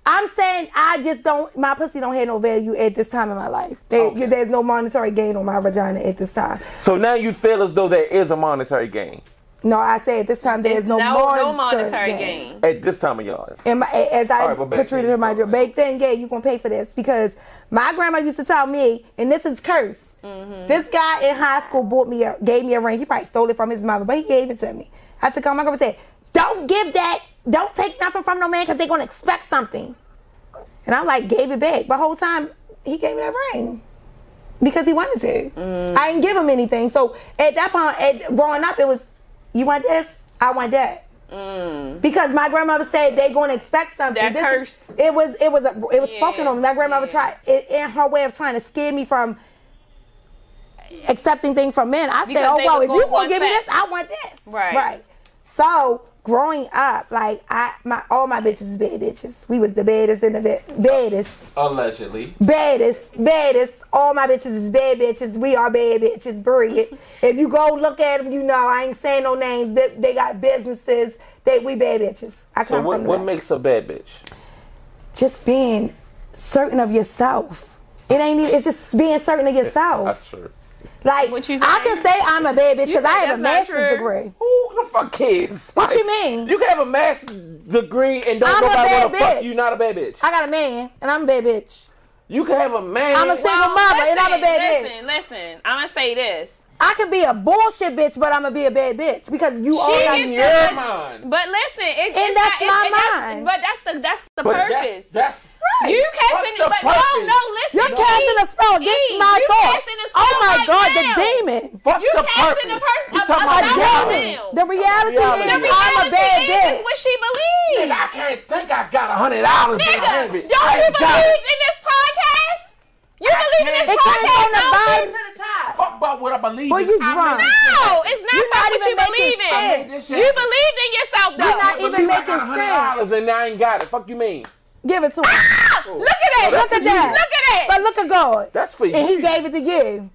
C: I'm saying I just don't. My pussy don't have no value at this time in my life. There,
A: Okay.
C: There's no monetary gain on my vagina at this time.
A: So now you feel as though there is a monetary gain.
C: No, I said this time there's no,
B: no, no
C: monetary,
B: monetary
C: gain.
B: gain.
A: At this time of y'all.
C: And my, as
A: All
C: I
A: right, but back
C: put you
A: then,
C: into my
A: all right.
C: job, back then, yeah, you gonna pay for this because my grandma used to tell me, and this is curse.
B: Mm-hmm.
C: This guy in high school bought me a, gave me a ring. He probably stole it from his mother, but he gave it to me. I took it home. My grandma said, "Don't give that. Don't take nothing from no man because they're gonna expect something." And I'm like, gave it back. But whole time he gave me that ring because he wanted to.
B: Mm.
C: I didn't give him anything. So at that point, at, growing up, it was, you want this, I want that. Because my grandmother said they're going to expect something.
B: Mm. That
C: This is-
B: curse.
C: It was it was a, it was
B: Yeah,
C: spoken on. me. My grandmother
B: yeah.
C: tried it, in her way of trying to scare me from accepting things from men. I
B: Because
C: said, oh
B: they
C: well,
B: was
C: if
B: gonna
C: you gonna
B: want
C: give me
B: that."
C: this, I want this.
B: Right.
C: Right. So growing up, like I my all my bitches is bad bitches. We was the baddest in the bed, baddest
A: Allegedly.
C: baddest, baddest. All my bitches is bad bitches. We are bad bitches. Period. if you go look at them, you know I ain't saying no names. They, they got businesses. They we bad bitches. I
A: So
C: come
A: what,
C: from
A: what
C: that.
A: makes a bad bitch?
C: just being certain of yourself. It ain't. even- It's just being certain of yourself.
A: That's true.
C: Like
B: What you
C: I
B: saying?
C: can say I'm a bad bitch
B: You
C: because I
B: think
C: have
B: that's not
C: a master's
B: true?
C: degree.
A: Who the fuck cares?
C: What you mean?
A: You can have a master's degree and don't
C: I'm a
A: nobody
C: bad
A: want to fuck
C: bitch.
A: you. Not a bad bitch.
C: I got a man and I'm a bad bitch.
A: you can have a man.
C: I'm a single mama and I'm a bad bitch.
B: listen, listen. I'm gonna say this.
C: I can be a bullshit bitch, but I'm gonna be a bad bitch because you all
B: She
C: got
B: is
A: in
B: the-
A: your mind.
B: But listen, it, it's
C: And that's
B: not, it-
C: my
B: it- that's-
C: mind.
B: But that's the that's the
A: But
B: purpose.
A: That's, that's right.
B: you
A: What's
B: casting,
A: the
B: but no,
A: purpose?
B: no. Listen,
C: You're casting a spell against
B: E,
C: my
B: you
C: thoughts.
B: casting a spell
C: Oh my
B: right
C: God,
B: now.
C: the demon.
A: Fuck
B: You
A: the
B: casting a
A: purpose.
B: person- a-
A: You talking
B: a
A: about
B: That's
C: A
B: valid.
C: demon.
B: real.
C: The reality
A: The
C: is
A: reality
C: I'm a bad
B: This is
C: bitch.
B: what she believes.
A: I can't think I got a hundred dollars in my
B: Nigga, don't you
A: hand. I ain't got
B: believe
A: it.
B: in this podcast? You believe in this
C: It came
B: podcast?
C: from the
B: don't
C: bottom
B: you?
C: to the top.
A: Fuck about what I believe.
C: Well,
A: in.
C: you
A: I
C: drunk.
A: believe in
B: No,
A: shit.
B: it's not
C: You're
B: about
C: not
B: what you
C: even making
B: believe in.
C: sense.
A: I made this shit.
B: You believed in yourself, though.
C: You're not
A: I
C: even
A: believe I
C: making
A: got a hundred dollars and I ain't got it. Fuck you mean?
C: Give it to him.
B: Ah, look at that.
A: Well,
C: Oh. Look at that.
B: Look at that.
C: But look at God.
A: That's for
C: And
A: you.
C: he gave it to you.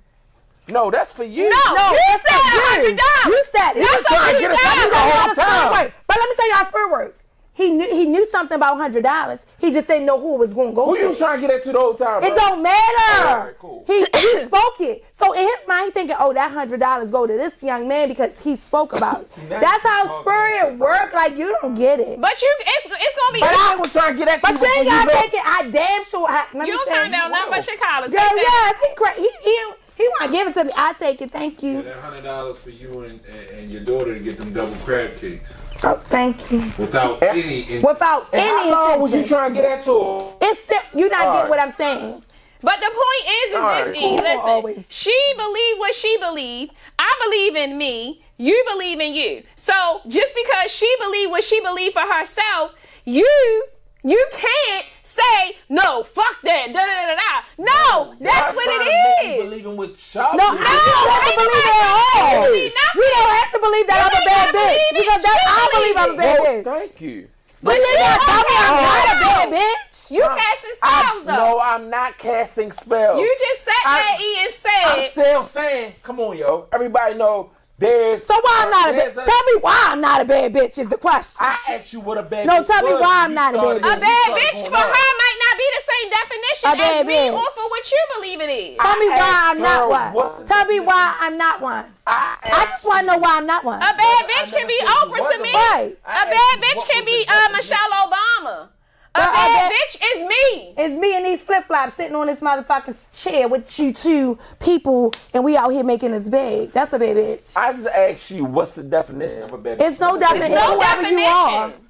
A: No, that's for you.
B: No.
C: No,
B: you
C: that's
B: said
C: not
B: $100.
C: You You said
B: That's
C: it. You
B: $100.
C: said it. You
B: The
C: said
A: whole
C: how the spirit
A: time.
C: worked. But let me tell you how spirit worked. He knew he knew something about hundred dollars. He just didn't know who it was going to go
A: Who
C: to.
A: you trying to get at to the whole time?
C: It
A: bro?
C: don't matter.
A: All right, cool.
C: He he spoke it. So in his mind, he thinking, oh, that hundred dollars go to this young man because he spoke about it.
A: now
C: That's
A: you
C: how
A: talking.
C: spirit work. Like you don't get it. But,
B: But you, it's, it's gonna be.
A: But I was trying to get at you.
C: you
A: before
C: ain't gotta
A: left.
C: take it. I damn sure. I, let
B: you
C: me
B: don't
C: say-
B: turn down nothing
A: wow.
B: but your college.
C: Girl, yes, he cra- he he he want to give it to me. I take it. Thank you.
D: That hundred dollars for you and, and, and your daughter to get them double crab cakes
C: Oh, thank you.
D: without any. In-
C: Without
A: And
C: any
A: how long was you
C: intention.
A: trying to get at to?
C: It's still you not
A: All
C: getting
A: right.
C: what I'm saying.
B: But the point is, is
A: All
B: this,
A: right,
B: E,
A: cool.
B: listen,
C: Always.
B: she believed what she believed. I believe in me. You believe in you. So just because she believed what she believed for herself, you you can't say no. Fuck that. Da da da da. No, that's
A: Y'all
B: what
A: trying
B: it
A: to make me
B: is.
A: Believe in what y'all
C: No,
A: believe.
C: I don't have to
B: ain't nobody
C: believe it at
B: gotta
C: all.
B: believe nothing.
C: You don't have to believe that I'm a
B: ain't
C: bad
B: gotta
C: bitch
B: believe it.
C: because that
B: You
C: I
B: believe
C: believe I'm a
B: it.
C: bad bitch.
A: Well, thank you.
C: But you
B: you
C: gotta tell me I'm
B: don't
C: not a bad
B: know.
C: bitch.
B: You casting
A: I,
B: spells though.
A: no, I'm not casting spells.
B: you just sat
A: I-
B: there E, and
A: I'm
B: said.
A: still saying, come on, yo. Everybody know there's.
C: So why I'm not a
A: there's
C: bitch? Tell me why I'm not a bad bitch is the question.
A: I asked you what a bad.
C: No,
A: bitch
C: tell me
A: was when
C: why I'm
A: you
C: not a bad
B: A
A: started- when you
C: bitch.
B: bad
A: started
B: bitch
A: going
B: for her
A: out.
B: might not be the same definition
C: A
B: as
C: bad
B: me
C: bitch.
B: or for what you believe it is.
C: Tell me
A: I
C: why
A: asked
C: I'm not
A: her, what's
C: one.
A: the
C: Tell me
A: difference?
C: why I'm not one.
A: I,
C: I
A: asked
C: just want to know why I'm not one.
B: A bad bitch can be
A: I said
B: Oprah
A: she
B: to me.
A: wasn't.
C: Right.
B: A
A: I
B: bad
A: asked you,
B: bitch
A: what
B: can
A: was
B: be
A: the
B: uh,
A: definition?
B: Michelle Obama. A
C: But I
B: bad
C: bet-
B: bitch is me.
C: It's me and these flip flops sitting on this motherfucking chair with you two people, and we out here making this big. That's a bad bitch.
A: I just asked you what's the definition of a bad.
C: It's no definition.
B: no
C: whatever you are,
B: definition.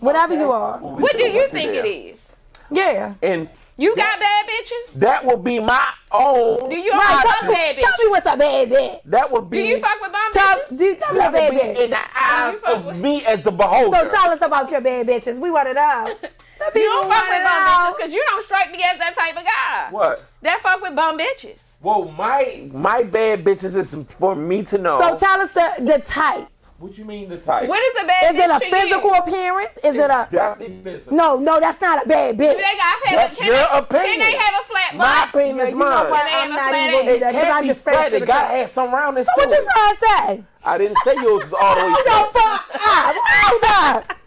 C: whatever you are.
B: What do you think it is?
C: Yeah.
A: And
B: You got bad bitches?
A: that would be my own.
B: Do you
C: Right,
B: all fuck
C: tell, me,
B: bad
C: tell
B: bitch?
C: me what's a bad bitch.
A: That would be.
B: Do you fuck with bomb
C: Tell,
B: bitches?
C: do, tell me a
A: that would
C: bad
A: be in
C: bitch.
A: the eyes
B: You fuck
A: of
B: with-
A: me as the beholder.
C: So tell us about your bad bitches. We want to know. The
B: You
C: people
B: don't fuck with bum bitches
C: want to know.
B: because you don't strike me as that type of guy.
A: what?
B: That fuck with bum bitches.
A: Well, my my bad bitches is for me to know.
C: So tell us the, the type.
A: what you mean the type?
B: What is a bad
C: Is it
B: bitch
C: a
B: to
C: physical
B: you?
C: appearance? Is it a
A: Definitely physical.
C: no? No, that's not a bad bitch.
B: Do they got have
A: That's
B: can
A: your
B: they,
A: opinion.
B: Can they have a flat
A: My
B: butt?
A: opinion is
C: You know
A: mine.
C: what?
B: They
C: I'm
B: have a
C: not
B: flat
C: even gonna do
B: ass.
A: It
C: that because I
A: can't be
C: just fed
A: flat.
C: to
A: It
C: the
A: gotta
C: cup.
A: have some roundness
C: What
A: to
C: you
A: it.
C: trying to say? Ah,
A: I didn't say yours is all the way
C: Hold
A: flat.
C: on, fuck up. Hold up.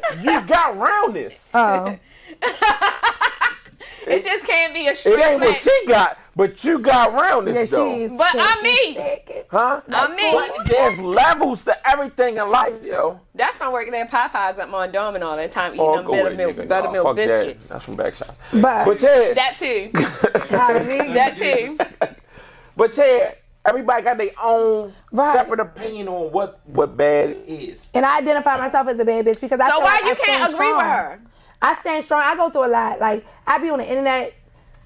C: What?
A: You got roundness.
C: Oh.
B: It just can't be a straight
A: It ain't what
B: flat.
A: she got, but you got round
C: Yeah,
A: this
C: she
A: though.
C: is.
B: But I'm me.
C: me.
A: Huh?
B: I mean-
A: But there's levels to everything in life, yo.
B: That's my working at Popeyes up on Dom and all that time eating
A: Oh,
B: them
A: go away,
B: buttermilk,
A: nigga.
B: buttermilk
A: Nah, fuck that.
B: biscuits. That.
A: That's from Backshot.
C: But,
A: But yeah,
B: too.
C: I mean,
B: That too.
A: but yeah, everybody got their own
C: Right.
A: separate opinion on what what bad is.
C: and I identify myself as a bad bitch because I
B: So
C: feel
B: why
C: like
B: you
C: I stand
B: can't agree
C: strong.
B: with her?
C: I stand strong. I go through a lot. Like I be on the internet.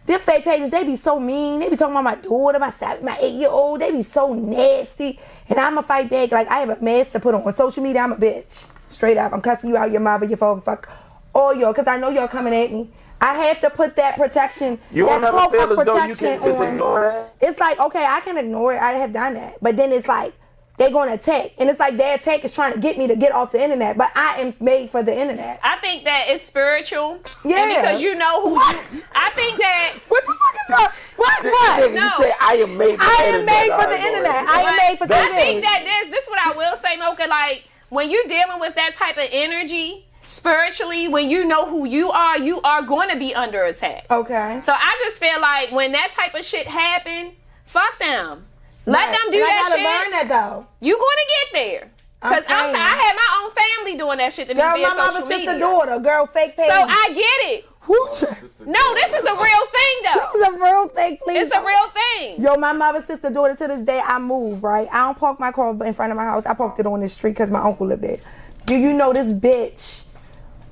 C: Them fake pages, they be so mean. They be talking about my daughter, my sav- my eight year old. They be so nasty. And I'ma fight back. Like I have a mask to put on. On social media, I'm a bitch. Straight up. I'm cussing you out, your mother, your father, fuck all y'all, because I know y'all coming at me. I have to put that protection,
A: You
C: that
A: don't ever
C: profile
A: feel as though you
C: protection
A: can just
C: on.
A: ignore that.
C: It's like, okay, I can ignore it. I have done that. But then it's like, they're going to attack. And it's like, their attack is trying to get me to get off the internet. But I am made for the internet.
B: I think that it's spiritual.
C: Yeah.
B: And because you know who you, I think that
C: What the fuck is wrong? What? What?
A: You
B: No.
A: say I am made. For
C: I
A: the
C: am
A: internet.
C: made for the
A: ain't
C: internet.
A: gonna-
C: I am
B: But
C: made for
B: I
C: TV.
B: think that this this is what I will say, Mocha. Like when you're dealing with that type of energy spiritually, when you know who you are, you are going to be under attack.
C: Okay.
B: So I just feel like when that type of shit happen, fuck them. Let them do
C: And
B: that
C: I gotta
B: shit.
C: learn that though.
B: You going to get there. Because
C: I'm
B: I'm,
C: saying.
B: t- I had my own family doing that shit to me
C: Girl,
B: via
C: my mama
B: social
C: sister
B: media.
C: daughter. Girl, fake page.
B: So I get it.
C: Who? This
B: No, this is a real thing, though.
C: is a real thing, please.
B: It's a real thing.
C: Yo, my mother, sister, daughter. To this day, I move right. I don't park my car in front of my house. I parked it on the street because my uncle lived there. Do you know this bitch?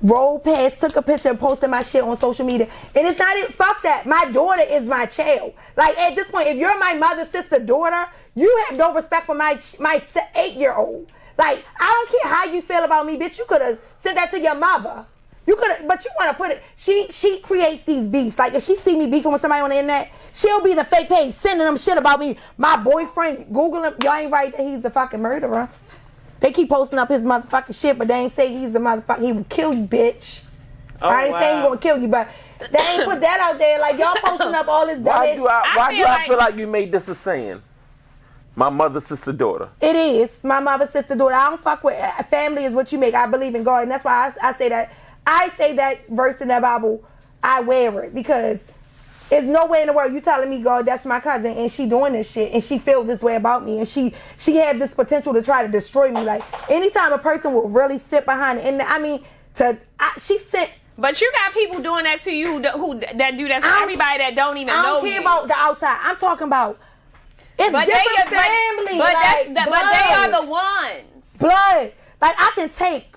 C: Rolled past, took a picture, and posted my shit on social media. And it's not it. Fuck that. My daughter is my child. Like at this point, if you're my mother, sister, daughter, you have no respect for my my eight year old. Like I don't care how you feel about me, bitch. You could have sent that to your mother. You could, but you want to put it. She she creates these beefs. Like if she see me beefing with somebody on the internet, she'll be the fake page sending them shit about me. My boyfriend, Google him. Y'all ain't right that he's the fucking murderer. They keep posting up his motherfucking shit, but they ain't say he's the motherfucker. He would kill you, bitch.
A: Oh,
C: I ain't saying he
B: wow.
C: gonna kill you, but they ain't put that out there. Like y'all posting up all this
A: Why
C: dumb
A: do I?
B: I
A: Why
B: feel
A: do I
B: like-
A: feel like you made this a saying? My mother, sister, daughter.
C: It is my mother, sister, daughter. I don't fuck with uh, family. Is what you make. I believe in God, and that's why I, I say that. I say that verse in the Bible. I wear it because it's no way in the world you telling me, God, that's my cousin, and she doing this shit, and she feel this way about me, and she she have this potential to try to destroy me. Like anytime a person will really sit behind it, and I mean, to I, she sent.
B: But you got people doing that to you who, do- who that do that to
C: I don't-
B: everybody that don't even
C: I
B: know
C: don't care
B: you.
C: about the outside. I'm talking about. It's
B: but they, but-
C: different family.
B: but, that's,
C: like,
B: that, but they are
C: blood.
B: the ones.
C: blood. Like I can take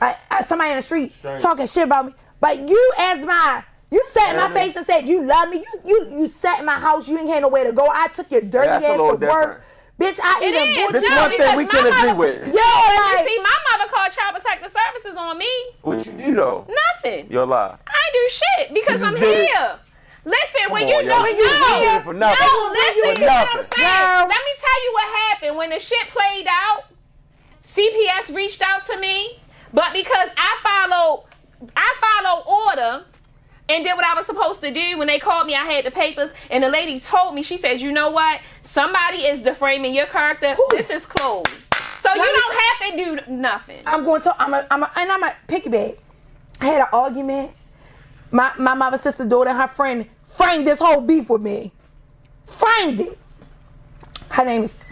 C: uh, uh, somebody in the street
A: Straight.
C: talking shit about me, but you as my you sat in my
A: Really?
C: face and said you love me. You you you sat in my house. You ain't had nowhere to go. I took your dirty
A: That's a
C: ass to
A: little
C: work,
A: different.
C: bitch. I
B: It
C: even
B: is,
C: bought
A: This
B: No, Joe.
A: one
C: you.
B: because
A: thing we
B: my
A: can agree
B: mother-
A: with.
C: Yeah,
B: You see,
C: like
B: my mother called child protective services on me.
A: What you do though?
B: Nothing.
A: Your lie.
B: I do shit because
A: You just
B: I'm
A: did it.
B: here. Listen, when
A: on,
B: you
A: y'all.
B: know,
A: When
C: you
B: no,
C: here
A: for
B: no,
A: nothing.
B: listen
A: For
B: to what I'm
A: nothing.
B: saying.
C: No.
B: Let me tell you what happened when the shit played out. CPS reached out to me, but because I followed, I followed order and did what I was supposed to do. When they called me, I had the papers, and the lady told me, she says, "You know what? Somebody is deframing your character. This is closed, so you
C: Let me-
B: don't have to do nothing."
C: I'm going to. I'm a. I'm a. And I'm a piggyback. I had an argument. My my mother, sister, daughter, and her friend framed this whole beef with me. Framed it. Her name is.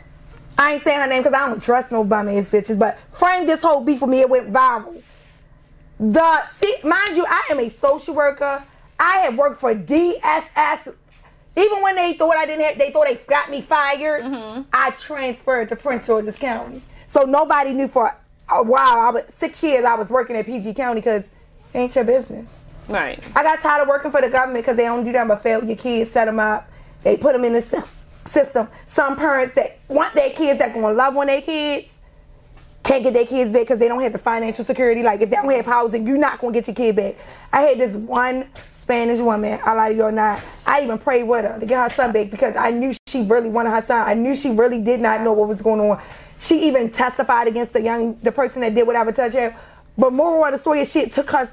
C: I ain't saying her name because I don't trust no bum ass bitches. But framed this whole beef with me. It went viral. The see, mind you, I am a social worker. I have worked for DSS. Even when they thought I didn't have, they thought they got me fired. I transferred to Prince George's County, so nobody knew for a while. I was six years. I was working at PG County because ain't your business.
B: Right.
C: I got tired of working for the government because they don't do nothing but fail your kids, set them up. They put them in the sy- system. Some parents that want their kids that gonna love on their kids can't get their kids back because they don't have the financial security. Like if they don't have housing, you're not gonna get your kid back. I had this one Spanish woman. A lot of y'all not. I even prayed with her to get her son back because I knew she really wanted her son. I knew she really did not know what was going on. She even testified against the young, the person that did whatever touch her. But moral of the story is, shit took her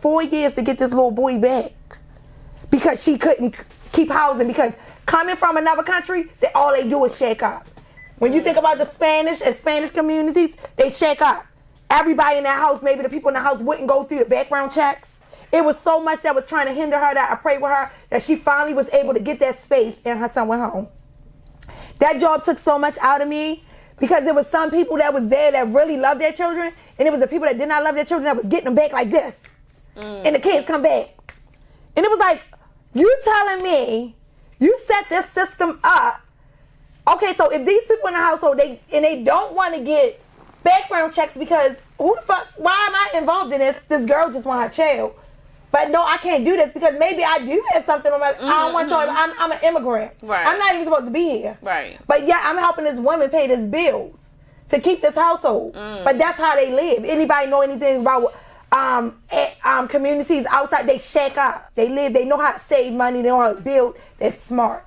C: four years to get this little boy back because she couldn't keep housing because coming from another country, they, all they do is shake up. When you think about the Spanish and Spanish communities, they shake up. Everybody in that house, maybe the people in the house wouldn't go through the background checks. It was so much that was trying to hinder her that I prayed with her that she finally was able to get that space and her son went home. That job took so much out of me because there was some people that was there that really loved their children, and it was the people that did not love their children that was getting them back like this.
B: Mm.
C: And the kids come back. And it was like, you telling me you set this system up. Okay, so if these people in the household they and they don't want to get background checks because who the fuck why am I involved in this? This girl just want her child. But no, I can't do this because maybe I do have something on my I don't want y'all I'm I'm an immigrant.
B: Mm-hmm. Right.
C: I'm not even supposed to be here.
B: Right.
C: But yeah, I'm helping this woman pay this bills to keep this household.
B: Mm.
C: But that's how they live. Anybody know anything about um, eh, um, communities outside? They shack up. They live. They know how to save money. They know how to build. They're smart.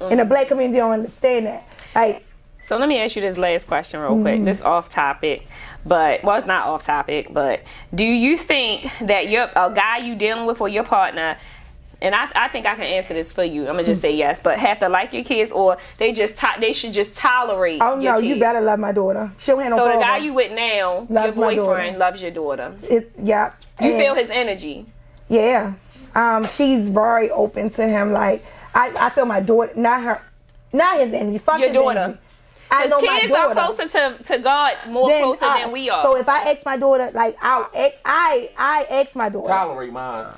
B: Mm.
C: And the black community don't understand that. Like,
B: So let me ask you this last question real quick.
C: Mm-hmm.
B: This off topic, but well, it's not off topic. But do you think that your a guy you dealing with or your partner, and I, I think I can answer this for you. I'm gonna
C: Mm-hmm.
B: just say yes. But have to like your kids, or they just to, they should just tolerate.
C: oh
B: your
C: no, you
B: kids?
C: better love my daughter. She'll handle.
B: So the guy you with now,
C: Loves
B: your
C: my
B: boyfriend
C: daughter.
B: loves your daughter.
C: it, yeah.
B: You
C: And-
B: feel his energy.
C: Yeah. Um, she's very open to him. Like, I, I feel my daughter, not her, not his enemy. Fuck
B: Your
C: his
B: daughter.
C: enemy. I know
B: Because
C: my
B: kids are
C: daughter.
B: closer to, to God, more
C: than
B: closer
C: us.
B: than we are.
C: So if I ask my daughter, like I'll, ex- I I ask my daughter,
A: Tolerate mine.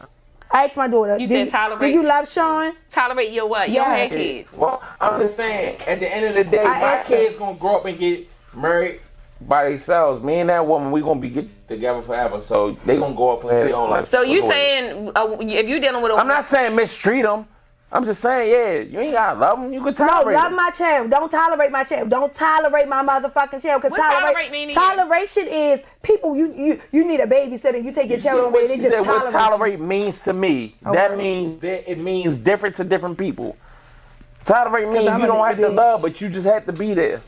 C: I ask my daughter,
B: You
C: do,
B: said
C: you-
B: tolerate.
C: Do you love Sean?
B: tolerate your what? You don't
C: Yeah.
B: have kids.
A: Well, I'm just saying, at the end of the day,
C: I
A: my
C: asked
A: kids gonna grow up and get married by themselves. Me and that woman, we gonna be get together forever. So they gonna go up and have their own life.
B: So you
A: Look away.
B: saying uh, if you dealing with a
A: I'm not saying mistreat them. I'm just saying, yeah, you ain't gotta love them. You can
C: No,
A: tolerate
C: love
A: 'em.
C: my child. Don't tolerate my child. Don't tolerate my motherfucking child. Cause
B: What tolerate mean to you?
C: toleration is people. You you you need a babysitter. You take your
A: You see
C: child
A: what
C: away. They
A: she
C: just
A: said
C: tolerate.
A: what tolerate means to me. That
C: Okay.
A: means that it means different to different people. Tolerate means
C: I'm
A: you
C: a
A: don't have to
C: bitch.
A: love, but you just have to be there.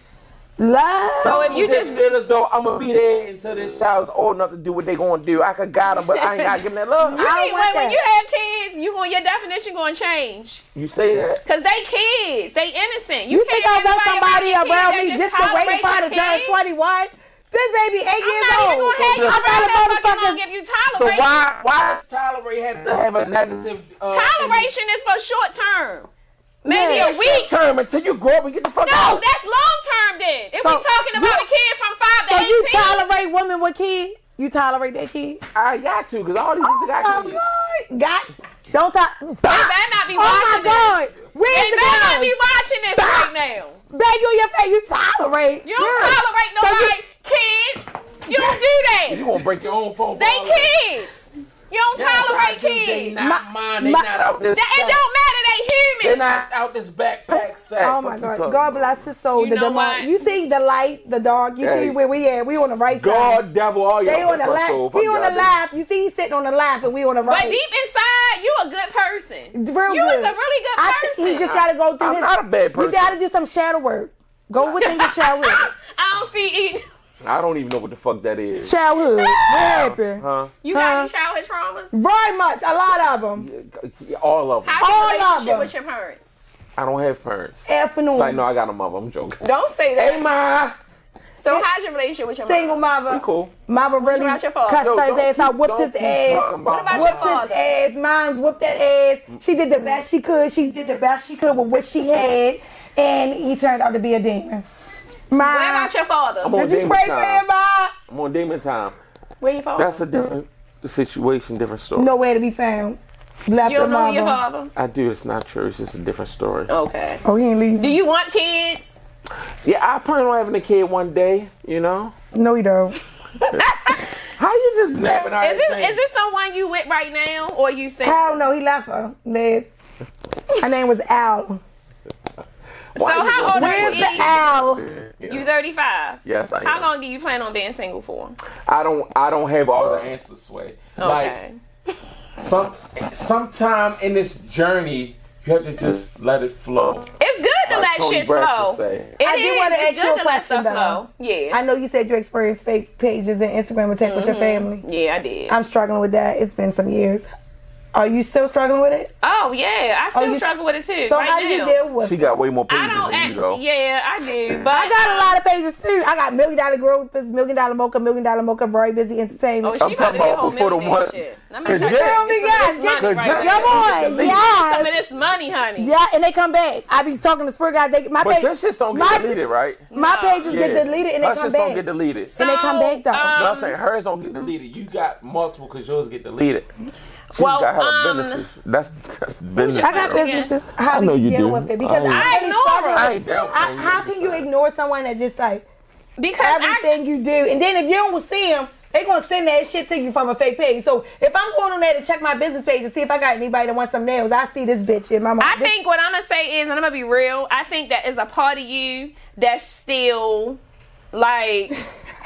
C: Love.
B: So if you
A: Just
B: just
A: feel as though I'm gonna be there until this child's old enough to do what they gonna do. I could guide them, but I ain't gotta give them that love.
B: You
C: I don't
B: need-
C: want
B: when, when
C: that.
B: you have kids, you going your definition going to change
A: You say that.
B: because they kids, they innocent.
C: you think I
B: can't
C: want
B: have
C: somebody
B: anybody
C: around
B: your
C: me
B: kids
C: just
B: that
C: to wait
B: tolerate
C: for her to
B: your
C: turn
B: kids?
C: 21? This baby eight
B: I'm
C: years
B: not even
C: old.
B: gonna have you
C: I
B: around that fucking
C: got a
B: long
C: motherfucking
B: if you tolerate.
A: So why why does tolerate have to have a negative uh,
B: Toleration is for short term, maybe a
C: Yeah.
B: week.
A: term until you grow up and get the fuck
B: No,
A: out?
B: that's long term. Then if
C: So
B: we're talking about a
C: you-
B: kid from five to
C: So you
B: eighteen,
C: tolerate women with kids? You tolerate their kids?
A: I got to because all these niggas got
C: Oh
A: kids.
C: my God! God, don't talk.
B: better not be
C: oh my
B: watching
C: God!
B: they
C: Where's the
B: better not
C: girl?
B: be watching this
C: Stop.
B: right now.
C: Beg you in your face. You tolerate.
B: You don't
C: Yeah.
B: tolerate
C: So
B: nobody,
C: you-
B: kids. You don't do that.
A: You gonna break your own phone.
B: They kids. You don't tolerate
A: They
B: kids.
A: not
C: My-
A: mine. They
C: my-
A: not out this.
B: That- it don't matter. They
A: They're
B: human.
A: not out this backpack sack.
C: Oh my God! God bless his soul.
B: You
C: the
B: know
C: demon.
B: what?
C: You see the light, the dog. You
A: Hey.
C: see where we at? We on the right side.
A: God, devil, all your
C: They on the left. He on the left. You see, he sitting on the left, and we on the right.
B: But deep inside, you a good person.
C: Real
B: you
C: good.
B: was a really good
C: I
B: person.
C: think he just gotta go through
A: I'm
C: his.
A: not a bad person.
C: You gotta do some shadow work. Go within your childhood.
B: I don't see e-, eating.
A: I don't even know what the fuck that is.
C: childhood. What happened?
A: Huh?
B: You got
C: Huh?
B: any childhood traumas?
C: Very much. A lot of them.
A: All of them.
B: How's
C: All
B: your
C: of
B: relationship
C: them.
B: with your parents?
A: I don't have parents.
C: Afternoon.
A: It's like, no, I got a mother. I'm joking.
B: Don't say that.
A: Hey, ma.
B: So how's your relationship with your
C: Single
B: mom?
A: I'm
C: mother.
A: cool.
C: Mama really
B: about
C: cussed
B: your father?
A: Yo,
C: his
A: don't
C: ass out,
A: keep-
C: whipped
A: don't
C: his
A: keep
C: ass.
A: talking about What
B: about
A: my
B: your
C: Whooped
B: father?
C: his ass. Mine's whooped that ass. She did the best she could. She did the best she could with what she had. And he turned out to be a demon. Mine.
B: What about your father?
A: I'm on
C: Did you
A: demon
C: pray for
A: time.
C: him, Ma?
A: I'm on demon time.
B: Where your father?
A: That's a different situation, different story.
C: Nowhere to be found. Left
B: you don't
C: the
B: know your
C: mama.
B: father.
A: I do. It's not true. It's just a different story.
B: Okay.
C: Oh, he ain't leave.
B: Do you want kids?
A: Yeah, I plan on having a kid one day, you know?
C: No, he don't.
A: How you just nabbing
B: Is this is this someone you with right now, or you single?
C: Hell no, he left her. Liz. Her name was Al.
B: So how old are
C: Where's
B: you?
C: the Al?
B: You 35.
A: Yes, I am.
B: How long do you plan on being single for?
A: I don't I don't have all the answers, Sway.
B: Okay.
A: Like some sometime in this journey, you have to just let it flow.
B: it's good to let
A: like Toni
B: shit flow.
A: Braxton say.
B: It
C: I do
B: is.
C: wanna
B: It's
C: ask you
B: good
C: a
B: to let stuff
C: question,
B: flow.
C: though.
B: Yeah.
C: I know you said you experienced
B: Mm-hmm.
C: fake pages and Instagram attack with your family.
B: yeah, I did.
C: I'm struggling with that. It's been some years. Are you still struggling with it?
B: Oh yeah, I still
C: you-
B: struggle with it too.
C: So
B: right
C: how
B: now.
C: do you deal with?
A: She
C: it?
A: got way more
B: I
A: pages
B: don't.
A: than you though.
B: Act, yeah, I do. But
C: I got a lot of pages too. I got Million Dollar Groupers, Million Dollar Mocha, Million Dollar Mocha, Very Busy
B: Oh,
C: Entertainment.
B: she
A: I'm
B: about
A: talking
B: to be a
A: about
B: whole
A: before the
B: millionaire
A: one-
B: shit. Let me
A: Cause
B: tell
A: you-
B: you,
C: Tell me,
B: it's some
C: guys, get
B: of this money right
A: your
B: here.
C: your boy,
B: Some
C: yeah,
B: of this money, honey.
C: yeah, and they come back. I be talking to Spirit Guys. They my
A: But
C: page,
A: your shits don't
C: my,
A: get deleted, right?
C: My
B: No.
C: pages get deleted and they
A: Her
C: come
A: shits
C: back.
A: don't get deleted.
C: and they come back though.
B: So,
A: No,
B: um,
A: I'm saying hers don't get deleted. You got multiple because yours get deleted. She
B: Well,
A: got her
B: um,
A: businesses. That's that's business.
C: I got
B: Yeah.
C: businesses. How
A: I
C: do
A: know
C: you,
A: you
C: deal
A: do.
C: with it? Because
A: I-
C: I,
B: I
C: really
B: ignore
C: struggle.
B: it.
A: I ain't down
C: I,
A: with
C: how
A: you,
C: can you
A: son.
C: ignore someone that just like
B: because I,
C: everything you do, and then if you don't see them, they gonna send that shit to you from a fake page. So if I'm going on there to check my business page to see if I got anybody that wants some nails, I see this bitch in my mom.
B: I
C: this-
B: think what I'm gonna say is, and I'm gonna be real. I think that is a part of you that's still like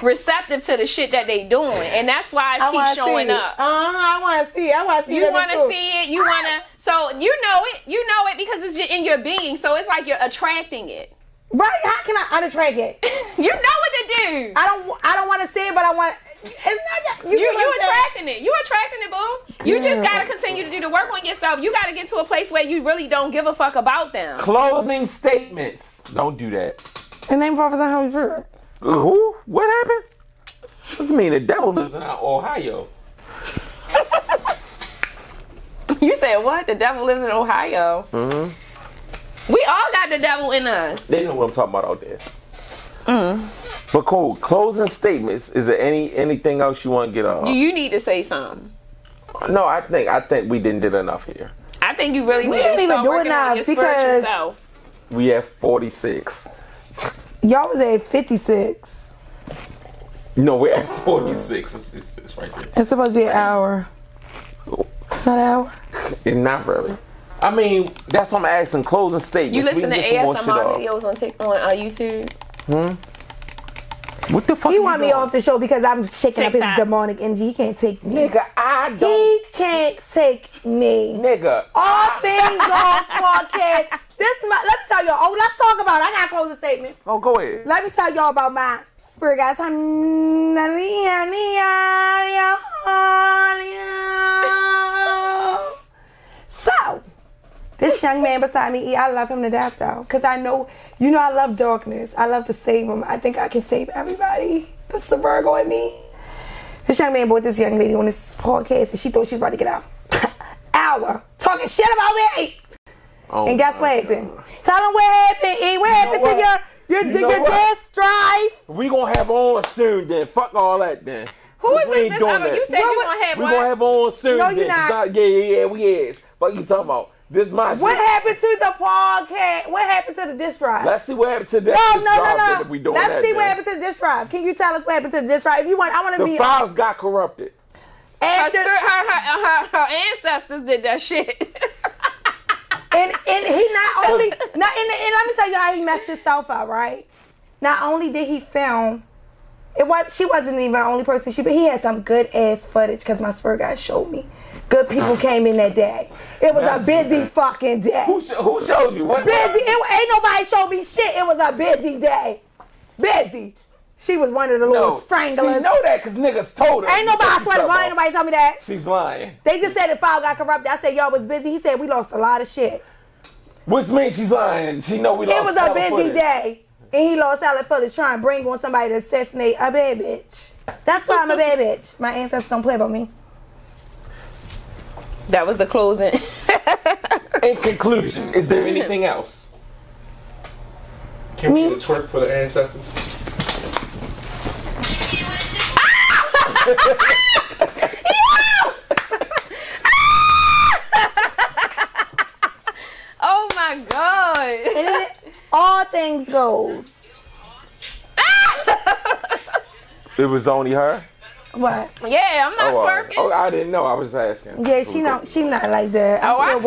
B: receptive to the shit that they doing, and that's why
C: I
B: I
C: wanna
B: keep showing
C: see it.
B: up.
C: Uh huh. I want to see. it. I want to see.
B: You
C: that
B: want to
C: bitch too.
B: see it. You want to. So you know it. You know it because it's ju- in your being. So it's like you're attracting it.
C: Right? How can I unattract it?
B: You know what to do.
C: I don't. I don't want to see it, but I want. It's not that
B: You
C: get what
B: you
C: I'm saying?
B: attracting it. You attracting it, boo. You just
C: Yeah.
B: gotta continue to do the work on yourself. You gotta get to a place where you really don't give a fuck about them.
A: Closing statements. Don't do that.
C: And name Father's not Holy Spirit.
A: Who? What happened? What you mean the devil lives in Ohio?
B: You said what? The devil lives in Ohio.
A: Mm-hmm.
B: We all got the devil in us.
A: They know what I'm talking about out there. Mm. But cool. Closing statements. Is there any anything else you want to get on?
B: Do you need to say something?
A: no, I think I think we didn't did enough here.
B: I think you really
C: We
B: need to
C: ain't even
B: start
C: doing
B: working on
C: that
B: your spiritual
C: because-
B: self.
A: We have 46.
C: Y'all was at 56.
A: No, we're at 46. It's, it's- it's right there.
C: It's supposed to be an hour. It's not an hour.
A: It's not really. I mean, that's what I'm asking. Closing statements.
B: You
A: We
B: listen
A: can
B: to
A: get some more shit
B: ASMR
A: off.
B: videos on Tik on uh, YouTube.
A: What the fuck?
C: He
A: you
C: want me
A: doing?
C: off the show because I'm shaking up
B: TikTok.
C: his demonic energy. He can't take me.
A: Nigga, I don't.
C: He can't take me.
A: Nigga,
C: All things are fucking. This my. Let me tell y'all. Oh, let's talk about. It. I got to close the statement.
A: oh, go ahead.
C: Let me tell y'all about my spirit guys. So, this young man beside me, E, I love him to death though. Cause I know, you know, I love darkness. I love to save him. I think I can save everybody. That's the Virgo in me. This young man bought this young lady on this podcast and she thought she was about to get out. Hour talking shit about me.
A: Oh,
C: And guess
A: my
C: what happened? Tell them what happened, E. What happened
A: what?
C: to your your
A: You know
C: your
A: what?
C: dead strife?
A: We gonna have on soon then. Fuck all that then.
B: Who is
A: We ain't
B: this? this
A: doing
B: other?
A: that.
B: You said
C: No,
B: you
C: what-
B: gonna have
A: We
B: one.
A: gonna have on soon
C: No,
A: then.
C: you not.
A: Stop- Yeah, yeah, yeah, we is. Fuck you talking about? This my
C: What
A: shit.
C: happened to the podcast? What happened to the disc drive?
A: Let's see what happened to that.
C: no,
A: this
C: no,
A: job then
C: no,
A: If we
C: no.
A: doing
C: Let's
A: that,
C: see what
A: then.
C: happened to the disc drive. Can you tell us what happened to the disc drive? If you want, I want to
A: The
C: be
A: files got corrupted.
B: Her,
C: after,
B: spirit- her, her, her, her ancestors did that shit.
C: and and he not only now. And, and let me tell you how he messed himself up. Right? Not only did he film. It was she wasn't even the only person she, but he had some good ass footage because my spirit guy showed me. Good people came in that day. It was a
A: That's-
C: busy fucking day.
A: Who, sho- who showed you? What?
C: busy. It, wa- ain't nobody showed me shit. It was a busy day. Busy. She was one of the little
A: No.
C: stranglers.
A: She know that because niggas told her.
C: ain't nobody, I swear to God, ain't nobody told me that.
A: She's lying.
C: They just said the file got corrupted. I said, y'all was busy. He said, we lost a lot of shit.
A: Which means she's lying. She know we
C: It
A: lost.
C: was a
A: hella
C: busy
A: footage.
C: day. And he lost all the footage trying to bring on somebody to assassinate a bad bitch. That's why I'm a bad bitch. My ancestors don't play about me.
B: that was the closing.
A: In conclusion, is there anything else?
D: Can we
C: Me?
D: get a twerk for the ancestors?
B: oh my god.
C: And it- all things goes.
A: It was only her.
C: What?
B: Yeah, I'm not
A: oh, all right.
B: twerking.
A: oh,
B: Oh,
A: I didn't know. I was asking.
C: Yeah, she not she not like that. I'm
B: I
C: still
B: twerk.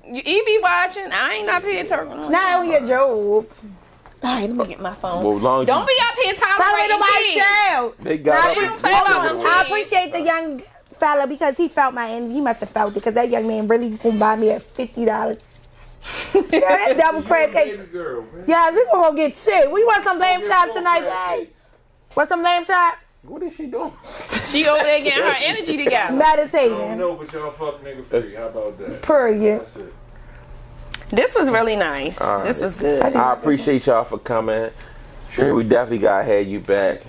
C: working.
B: You E be watching. I ain't up here twerking.
C: Not on your job.
B: All right, let me get my phone.
A: Well, long as
B: Don't
A: you-
B: be up here E
C: Tolerate
B: tolerating
C: my
B: kids.
C: child.
A: They got
C: Now,
A: up
C: I,
A: and-
B: don't play about them
C: I
B: kids.
C: appreciate the young fella because he felt my energy. He must have felt it because that young man really gonna buy me a fifty dollars. that double crab cake.
D: Baby girl, man.
C: Guys, we gonna go get shit. We want some lamb
D: Get
C: chops
D: four
C: tonight,
D: crab
C: babe.
D: cakes.
C: Want some lamb chops?
A: What is she doing?
B: She over there getting her energy together.
D: don't
C: Meditating.
D: know, but y'all fuck nigga free. How about that?
C: Eh. Period.
D: That's it.
B: This was really nice.
A: All right.
B: This was good.
A: I appreciate y'all for coming. Sure. We definitely gotta have you back.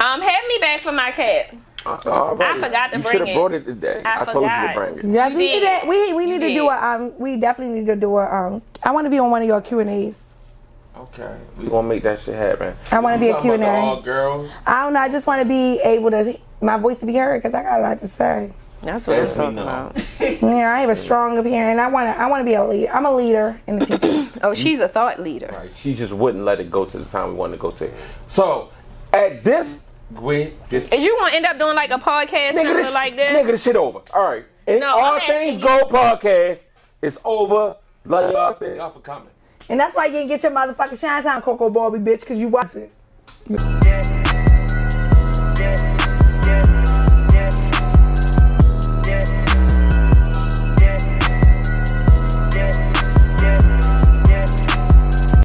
B: Um, have me back for my cat.
A: All right.
B: I forgot to
A: you
B: bring
A: should
B: it.
A: have brought it today.
B: I
A: told you to
B: forgot.
A: bring it.
C: Yes, we
B: did.
C: need that. We we need to
B: did.
C: do a um. We definitely need to do a um. I want to be on one of your Q and A's.
A: Okay, we gonna make that shit happen.
C: I want to be a Q and
A: All
B: uh,
C: A.
A: girls.
C: I don't know. I just want to be able to my voice to be heard because I got a lot to say.
B: That's what
A: Yes,
B: I'm talking
A: we know.
B: about.
C: Yeah, I have a strong opinion. I want to. I want to be a leader. I'm a leader and a teacher.
B: Oh, she's a thought leader.
A: Right. She just wouldn't let it go to the time we wanted to go to. So at this with this
B: Is you gonna end up doing like a podcast
A: nigga,
B: something
A: this,
B: like this?
A: nigga, this shit over. All right, and
B: No,
A: all
B: I'm
A: things
B: asking
A: go podcast. It's over. Love y'all. Thank y'all for coming.
C: and that's why you didn't get your motherfucking shine time, Coco Barbie bitch, because you wasn't.
E: Yeah.